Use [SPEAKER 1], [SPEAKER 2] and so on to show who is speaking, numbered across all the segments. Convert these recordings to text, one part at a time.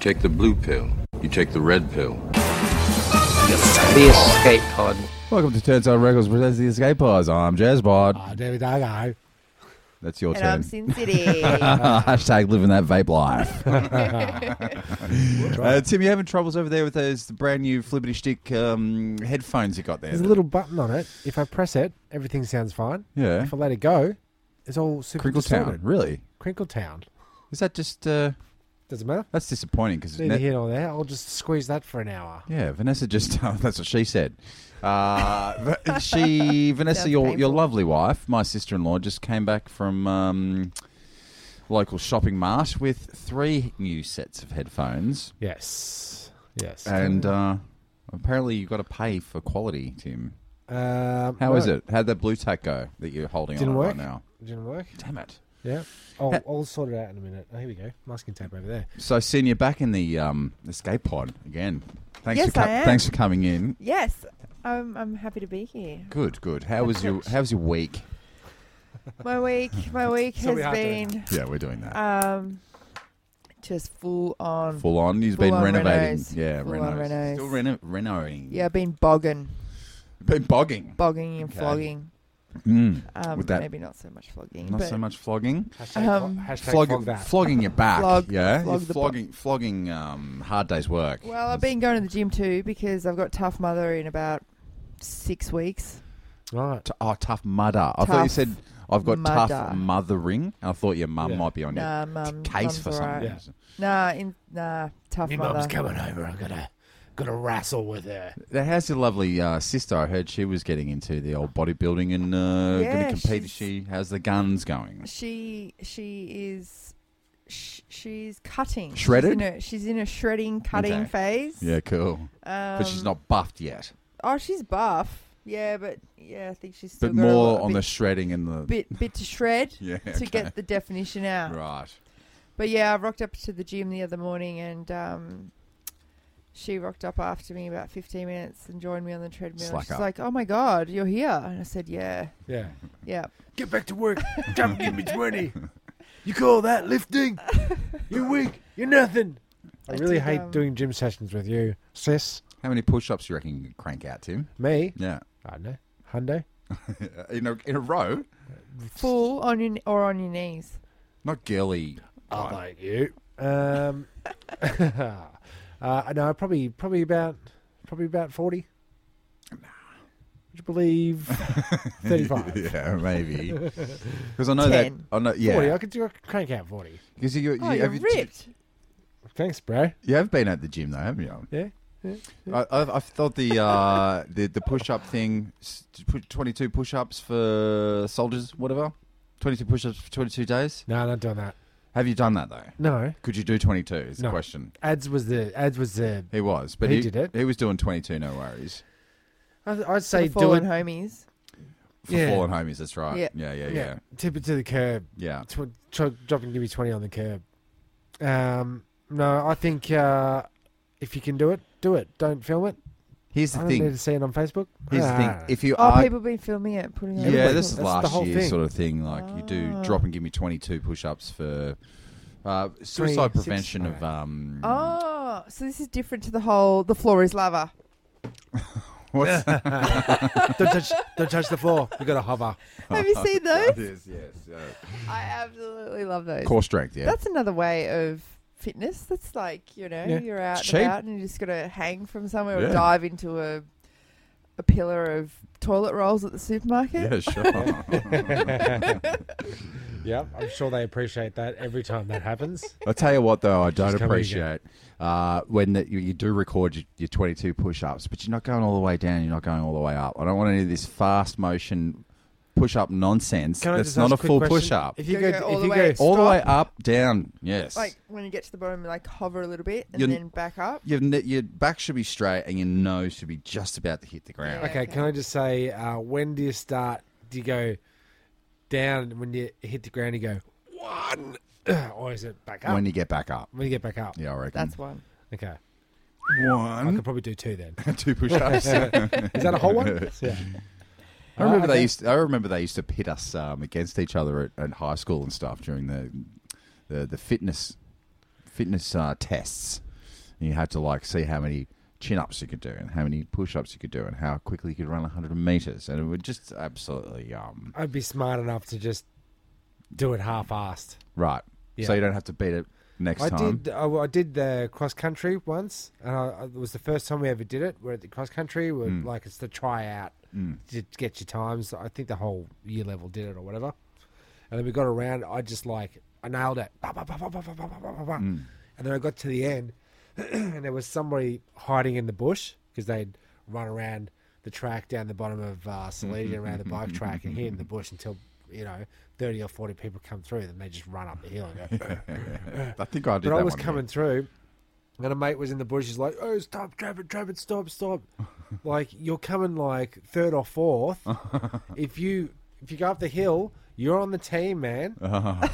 [SPEAKER 1] take the blue pill, you take the red pill.
[SPEAKER 2] The escape pod.
[SPEAKER 3] Welcome to Turnstile Records presents the Escape Pods. I'm Jazz Bod.
[SPEAKER 4] Oh, David, hello.
[SPEAKER 3] That's your
[SPEAKER 5] Ah. And I'm
[SPEAKER 3] turn.
[SPEAKER 5] Sin City.
[SPEAKER 3] Hashtag living that vape life. uh, Tim, you having troubles over there with those brand new flippity stick um, headphones you got there?
[SPEAKER 4] There's a little button on it. If I press it, everything sounds fine.
[SPEAKER 3] yeah,
[SPEAKER 4] If I let it go, it's all super
[SPEAKER 3] Crinkle Town.
[SPEAKER 4] distorted.
[SPEAKER 3] Really?
[SPEAKER 4] Crinkle Town.
[SPEAKER 3] Is that just? Uh,
[SPEAKER 4] Doesn't matter.
[SPEAKER 3] that's disappointing because
[SPEAKER 4] Neither here nor there. I'll just squeeze that for an hour.
[SPEAKER 3] Yeah, Vanessa just that's what she said. Uh, Va- she Vanessa,
[SPEAKER 5] Sounds
[SPEAKER 3] your your
[SPEAKER 5] painful.
[SPEAKER 3] lovely wife, my sister in law, just came back from um, local shopping mart with three new sets of headphones,
[SPEAKER 4] Yes. Yes.
[SPEAKER 3] and uh, apparently you got to pay for quality, Tim.
[SPEAKER 4] um,
[SPEAKER 3] How is
[SPEAKER 4] no,
[SPEAKER 3] it? How'd that blue tack go that you're holding
[SPEAKER 4] Didn't
[SPEAKER 3] on
[SPEAKER 4] work.
[SPEAKER 3] right now?
[SPEAKER 4] Didn't work.
[SPEAKER 3] Damn it!
[SPEAKER 4] Yeah. I'll,
[SPEAKER 3] Ha-
[SPEAKER 4] I'll sort it out in a minute. Oh, here we go. Masking tape over there.
[SPEAKER 3] So, seeing you back in the um, escape pod again. Thanks
[SPEAKER 5] Yes,
[SPEAKER 3] for
[SPEAKER 5] I am.
[SPEAKER 3] thanks for coming in.
[SPEAKER 5] yes, I'm, I'm happy to be here.
[SPEAKER 3] Good, good. How was your How was your week?
[SPEAKER 5] My week, my week
[SPEAKER 4] So we
[SPEAKER 5] has
[SPEAKER 4] are doing-
[SPEAKER 5] been
[SPEAKER 3] Yeah, we're doing that.
[SPEAKER 5] um, just full on.
[SPEAKER 3] Full on. He's
[SPEAKER 5] Um, Full
[SPEAKER 3] been
[SPEAKER 5] on
[SPEAKER 3] renovating.
[SPEAKER 5] renos.
[SPEAKER 3] Yeah,
[SPEAKER 5] Full
[SPEAKER 3] renos.
[SPEAKER 5] on renos.
[SPEAKER 3] Still reno- renovating.
[SPEAKER 5] Yeah, I've been bogging,
[SPEAKER 3] Been bogging.
[SPEAKER 5] bogging and
[SPEAKER 3] Okay.
[SPEAKER 5] flogging.
[SPEAKER 3] Mm.
[SPEAKER 5] Um,
[SPEAKER 3] With that-
[SPEAKER 5] maybe not so much flogging,
[SPEAKER 3] Not
[SPEAKER 5] but
[SPEAKER 3] so much flogging.
[SPEAKER 4] Hashtag,
[SPEAKER 5] Um,
[SPEAKER 4] flog- hashtag
[SPEAKER 3] Flog-
[SPEAKER 4] flog that.
[SPEAKER 3] Flogging your back.
[SPEAKER 5] Flog-
[SPEAKER 3] yeah.
[SPEAKER 5] flog
[SPEAKER 3] You're
[SPEAKER 5] the bo-
[SPEAKER 3] flogging, flogging um, hard day's work.
[SPEAKER 5] well, I've
[SPEAKER 3] That's-
[SPEAKER 5] been going to the gym too because I've got tough mother in about six weeks.
[SPEAKER 4] Right.
[SPEAKER 3] T- oh, tough mudder. I thought you
[SPEAKER 5] Tough
[SPEAKER 3] said, I've got tough
[SPEAKER 5] mudder.
[SPEAKER 3] mothering. I thought your mum
[SPEAKER 4] Yeah.
[SPEAKER 3] might be on your
[SPEAKER 5] Nah, mum,
[SPEAKER 3] case
[SPEAKER 5] mum's
[SPEAKER 3] for
[SPEAKER 5] all
[SPEAKER 3] something.
[SPEAKER 5] right.
[SPEAKER 4] Yeah.
[SPEAKER 5] Nah, in, nah, tough
[SPEAKER 4] My
[SPEAKER 5] mother.
[SPEAKER 4] mum's coming over. I'm gonna gonna wrestle with her.
[SPEAKER 3] Now, How's your lovely uh, sister? I heard she was getting into the old bodybuilding and uh,
[SPEAKER 5] Yeah,
[SPEAKER 3] going to compete. Is
[SPEAKER 5] she's-
[SPEAKER 3] She how's the guns going?
[SPEAKER 5] She she is sh- she's cutting.
[SPEAKER 3] Shredded?
[SPEAKER 5] She's in a, she's in a shredding cutting
[SPEAKER 3] Okay.
[SPEAKER 5] phase.
[SPEAKER 3] Yeah, cool.
[SPEAKER 5] Um,
[SPEAKER 3] but she's not buffed yet.
[SPEAKER 5] Oh, she's buff. Yeah, but yeah, I think she's still
[SPEAKER 3] But
[SPEAKER 5] got a
[SPEAKER 3] more
[SPEAKER 5] lot- a
[SPEAKER 3] on
[SPEAKER 5] bit,
[SPEAKER 3] the shredding and the
[SPEAKER 5] bit bit to shred
[SPEAKER 3] yeah
[SPEAKER 5] to get the definition out.
[SPEAKER 3] right.
[SPEAKER 5] But yeah, I rocked up to the gym the other morning and um, she rocked up after me about 15 minutes and joined me on the treadmill.
[SPEAKER 3] Slack
[SPEAKER 5] She's
[SPEAKER 3] up.
[SPEAKER 5] like, "Oh my god, you're here!" And I said, "Yeah,
[SPEAKER 4] Yeah.
[SPEAKER 5] yeah."
[SPEAKER 4] Get back to work. Time to give me twenty. You call that lifting? You're weak. You're nothing. I,
[SPEAKER 5] I
[SPEAKER 4] really
[SPEAKER 5] did,
[SPEAKER 4] hate
[SPEAKER 5] um,
[SPEAKER 4] doing gym sessions with you, sis.
[SPEAKER 3] How many push-ups you reckon you can crank out, Tim?
[SPEAKER 4] Me.
[SPEAKER 3] Yeah,
[SPEAKER 4] I don't know. Hundo.
[SPEAKER 3] in a in a row.
[SPEAKER 5] Full on your or on your knees.
[SPEAKER 3] Not girly.
[SPEAKER 4] I like you. Um. uh, no, probably probably about probably about forty. Would you believe thirty-five?
[SPEAKER 3] yeah, maybe. Because I know
[SPEAKER 5] Ten.
[SPEAKER 3] that. I know.
[SPEAKER 4] Forty.
[SPEAKER 3] Yeah.
[SPEAKER 4] I could do a crank out forty.
[SPEAKER 3] Because you, you,
[SPEAKER 5] Oh,
[SPEAKER 3] you,
[SPEAKER 5] you're
[SPEAKER 3] have, you,
[SPEAKER 5] ripped.
[SPEAKER 4] Thanks, bro.
[SPEAKER 3] you have been at the gym though, haven't you?
[SPEAKER 4] Yeah.
[SPEAKER 3] I, I've, I've thought the uh, the the push up thing, s- to put twenty two push ups for soldiers, whatever. Twenty two push ups for twenty two days.
[SPEAKER 4] No, not doing that.
[SPEAKER 3] Have you done that though?
[SPEAKER 4] No.
[SPEAKER 3] Could you do twenty two? Is the
[SPEAKER 4] No.
[SPEAKER 3] question.
[SPEAKER 4] Ads was the ads was the.
[SPEAKER 3] He was, but
[SPEAKER 4] He did it.
[SPEAKER 3] He was doing twenty two. No worries.
[SPEAKER 4] I- I'd
[SPEAKER 5] to
[SPEAKER 4] say
[SPEAKER 5] the
[SPEAKER 4] do it.
[SPEAKER 5] fallen homies.
[SPEAKER 3] For
[SPEAKER 4] Yeah.
[SPEAKER 3] fallen homies, that's right.
[SPEAKER 5] Yeah.
[SPEAKER 3] Yeah, yeah, yeah.
[SPEAKER 4] yeah. Tip it to the curb.
[SPEAKER 3] Yeah.
[SPEAKER 4] tw- tw- drop and give me 20 on the curb. Um, no, I think uh, if you can do it, do it. Don't film it.
[SPEAKER 3] Here's
[SPEAKER 4] I
[SPEAKER 3] the
[SPEAKER 4] don't need
[SPEAKER 3] thing.
[SPEAKER 4] to see it on Facebook.
[SPEAKER 3] Here's the thing.
[SPEAKER 4] Ah.
[SPEAKER 3] If you
[SPEAKER 5] Oh,
[SPEAKER 3] are
[SPEAKER 5] people been filming it, putting it. on
[SPEAKER 3] uh, Yeah,
[SPEAKER 4] Everybody-
[SPEAKER 3] this is
[SPEAKER 4] that's the
[SPEAKER 3] last
[SPEAKER 4] whole
[SPEAKER 3] year
[SPEAKER 4] thing.
[SPEAKER 3] sort of thing. Like you do
[SPEAKER 5] Ah.
[SPEAKER 3] drop and give me twenty two push ups for uh, suicide
[SPEAKER 4] Three, six,
[SPEAKER 3] prevention of
[SPEAKER 4] alright.
[SPEAKER 3] um
[SPEAKER 5] Oh, so this is different to the whole the floor is lava.
[SPEAKER 3] what's that?
[SPEAKER 4] don't touch, don't touch the floor. You got to hover.
[SPEAKER 5] Have you seen those?
[SPEAKER 3] yes, yes.
[SPEAKER 5] I absolutely love those.
[SPEAKER 3] Core strength, yeah.
[SPEAKER 5] That's another way of fitness. That's like, you know,
[SPEAKER 4] Yeah.
[SPEAKER 5] you're out
[SPEAKER 3] It's
[SPEAKER 5] and
[SPEAKER 3] cheap.
[SPEAKER 5] about and you just got to hang from somewhere
[SPEAKER 3] Yeah.
[SPEAKER 5] or dive into a a pillar of toilet rolls at the supermarket.
[SPEAKER 3] yeah, sure.
[SPEAKER 4] Yeah, I'm sure they appreciate that every time that happens.
[SPEAKER 3] I'll tell you what, though, I don't
[SPEAKER 4] She's coming
[SPEAKER 3] appreciate uh, when that you, you do record your, your 22 push ups, but you're not going all the way down, you're not going all the way up. I don't want any of this fast motion push up nonsense. That's not a full push up.
[SPEAKER 4] If you
[SPEAKER 5] Go-
[SPEAKER 4] go,
[SPEAKER 5] go all
[SPEAKER 4] if
[SPEAKER 5] the
[SPEAKER 4] you
[SPEAKER 5] way.
[SPEAKER 4] go,
[SPEAKER 3] All the
[SPEAKER 5] Stop.
[SPEAKER 3] way up, down, yes.
[SPEAKER 5] Like when you get to the bottom, like hover a little bit and
[SPEAKER 3] You're-
[SPEAKER 5] then back up.
[SPEAKER 3] your, ne- your back should be straight and your nose should be just about to hit the ground.
[SPEAKER 4] okay, can I just say, uh, when do you start? Do you go down when you hit the ground? You go one, or is it back up?
[SPEAKER 3] When you get back up.
[SPEAKER 4] when you get back up,
[SPEAKER 3] Yeah, Um, I reckon.
[SPEAKER 5] That's one.
[SPEAKER 4] okay. I
[SPEAKER 3] one.
[SPEAKER 4] could probably do two then.
[SPEAKER 3] Two push ups.
[SPEAKER 4] Is that a whole one? yeah. Oh,
[SPEAKER 3] I remember
[SPEAKER 4] Okay.
[SPEAKER 3] they used. I remember they used to pit us um, against each other at, at high school and stuff during the the, the fitness fitness uh, tests. and you had to like see how many chin ups you could do and how many push ups you could do and how quickly you could run 100 meters. And it would just absolutely, um,
[SPEAKER 4] I'd be smart enough to just do it half-assed.
[SPEAKER 3] right.
[SPEAKER 4] Yeah.
[SPEAKER 3] So you don't have to beat it next
[SPEAKER 4] I
[SPEAKER 3] time.
[SPEAKER 4] did. I, I did the cross country once, and I, I- it was the first time we ever did it. We're at the cross country. We're
[SPEAKER 3] Mm.
[SPEAKER 4] like it's the tryout to get your times. I think the whole year level did it or whatever. And then we got around. I just like I nailed it. Ba, ba, ba, ba, ba, ba, ba, ba, ba, ba, ba.
[SPEAKER 3] Mm.
[SPEAKER 4] And then I got to the end, and there was somebody hiding in the bush because they'd run around the track down the bottom of uh, Salida
[SPEAKER 3] Mm-hmm.
[SPEAKER 4] around the bike track and hid in the bush until you know thirty or forty people come through. Then they just run up the hill and go.
[SPEAKER 3] I think I did
[SPEAKER 4] But
[SPEAKER 3] that
[SPEAKER 4] I was
[SPEAKER 3] one, yeah.
[SPEAKER 4] coming through, and a mate was in the bush. He's like, "Oh, stop, Travis, Travis, stop, stop!" like you're coming like third or fourth. if you if you go up the hill, you're on the team, man.
[SPEAKER 3] Uh-huh.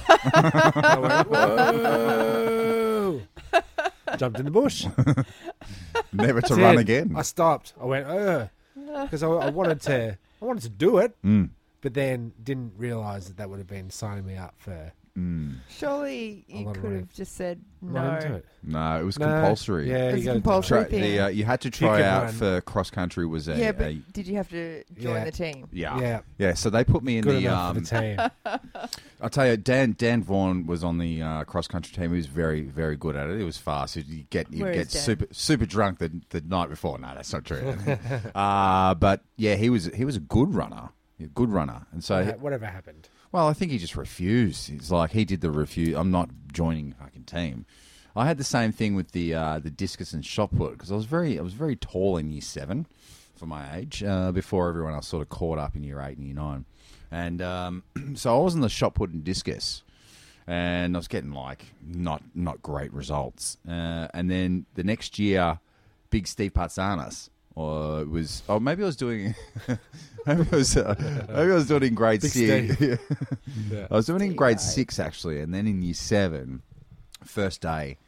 [SPEAKER 4] I went, "Whoa." Jumped in the bush.
[SPEAKER 3] Never to
[SPEAKER 4] That's
[SPEAKER 3] run
[SPEAKER 4] it.
[SPEAKER 3] again.
[SPEAKER 4] I stopped. I went, "Oh," because I, I wanted to. I wanted to do it,
[SPEAKER 3] Mm,
[SPEAKER 4] but then didn't realize that that would have been signing me up for
[SPEAKER 3] mm.
[SPEAKER 5] Surely
[SPEAKER 4] I
[SPEAKER 5] you
[SPEAKER 4] wanna
[SPEAKER 5] could
[SPEAKER 4] read.
[SPEAKER 5] have just said
[SPEAKER 4] Not into
[SPEAKER 5] no.
[SPEAKER 4] it.
[SPEAKER 3] No, it was
[SPEAKER 4] No,
[SPEAKER 3] compulsory.
[SPEAKER 4] Yeah,
[SPEAKER 5] It's
[SPEAKER 4] you gotta do it.
[SPEAKER 5] compulsory.
[SPEAKER 3] Try, the,
[SPEAKER 5] Tripping.
[SPEAKER 3] uh, you had to try
[SPEAKER 4] and
[SPEAKER 3] out
[SPEAKER 4] run.
[SPEAKER 3] for cross country was a
[SPEAKER 5] Yeah, but
[SPEAKER 3] a-
[SPEAKER 5] did you have to join
[SPEAKER 4] Yeah.
[SPEAKER 5] the team?
[SPEAKER 3] yeah.
[SPEAKER 4] Yeah.
[SPEAKER 3] Yeah, so they put me in
[SPEAKER 4] Good
[SPEAKER 3] the
[SPEAKER 4] enough
[SPEAKER 3] um,
[SPEAKER 4] for the team.
[SPEAKER 3] I'll tell you, Dan Dan Vaughan was on the uh, cross country team. He was very very good at it. He was fast. You get you
[SPEAKER 5] Where
[SPEAKER 3] get
[SPEAKER 5] is Dan?
[SPEAKER 3] super super drunk the, the night before. No, that's not true. uh, but yeah, he was he was a good runner, a good runner. And so,
[SPEAKER 4] Uh, whatever happened.
[SPEAKER 3] well, I think he just refused. He's like he did the refuse. I'm not joining the fucking team. I had the same thing with the uh, the discus and shot put because I was very I was very tall in year seven for my age uh, before everyone else sort of caught up in year eight and year nine, and um, so I was in the shot put and discus and I was getting like not not great results. Uh, and then the next year, Big Steve Patsanis, or it was oh maybe I was doing maybe I was uh, maybe I was doing it in grade
[SPEAKER 4] Big
[SPEAKER 3] six.
[SPEAKER 4] Yeah.
[SPEAKER 3] I was doing it in grade
[SPEAKER 5] Steve-o.
[SPEAKER 3] six actually, and then in year seven, first day.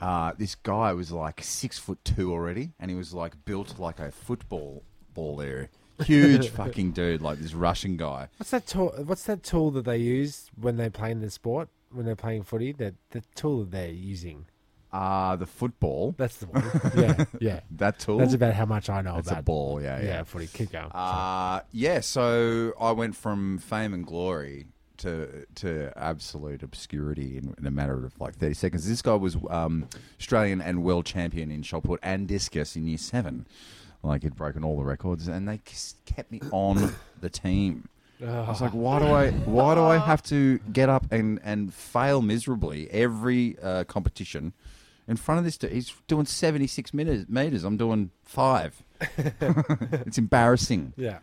[SPEAKER 3] Uh, this guy was like six foot two already, and he was like built like a football baller, huge fucking dude, like this Russian guy.
[SPEAKER 4] What's that tool? What's that tool that they use when they're playing the sport? When they're playing footy, that the tool that they're using.
[SPEAKER 3] Uh, the football,
[SPEAKER 4] That's the one. yeah, yeah.
[SPEAKER 3] that tool,
[SPEAKER 4] That's about how much I know
[SPEAKER 3] That's
[SPEAKER 4] about.
[SPEAKER 3] a ball,
[SPEAKER 4] Oh, Yeah, footy. Keep going.
[SPEAKER 3] Uh, yeah, so I went from fame and glory to to absolute obscurity in, in a matter of like 30 seconds. This guy was um, Australian and world champion in shot put and discus in year seven. Like, he'd broken all the records, and they just kept me on the team. I was like, why do I, why do I have to get up and, and fail miserably every uh, competition in front of this dude? He's doing seventy six meters, meters. I'm doing five. it's embarrassing.
[SPEAKER 4] yeah,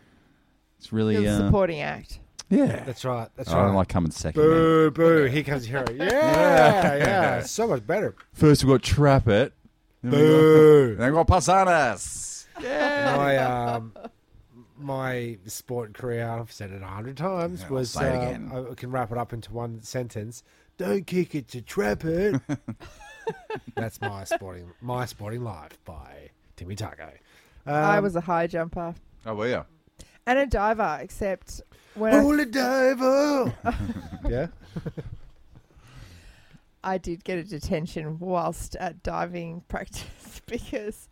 [SPEAKER 3] It's really
[SPEAKER 5] It was a
[SPEAKER 3] uh,
[SPEAKER 5] supporting act.
[SPEAKER 3] yeah.
[SPEAKER 4] that's right. That's
[SPEAKER 3] I
[SPEAKER 4] right.
[SPEAKER 3] don't like coming second. man.
[SPEAKER 4] boo, boo. Here comes the hero. Yeah, yeah. So much better.
[SPEAKER 3] First we got Trappett. Then we
[SPEAKER 4] Boo.
[SPEAKER 3] got, then we got Pasanas.
[SPEAKER 4] my um, my sport career, I've said it a hundred times,
[SPEAKER 3] I'll
[SPEAKER 4] was
[SPEAKER 3] say it
[SPEAKER 4] uh,
[SPEAKER 3] again.
[SPEAKER 4] I can wrap it up into one sentence. Don't kick it to Trappett. That's my sporting my sporting life by Timmy Taco. Um,
[SPEAKER 5] I was a high jumper
[SPEAKER 3] Oh well, yeah.
[SPEAKER 5] and a diver, except when I,
[SPEAKER 4] holy diver. yeah,
[SPEAKER 5] I did get a detention whilst at diving practice because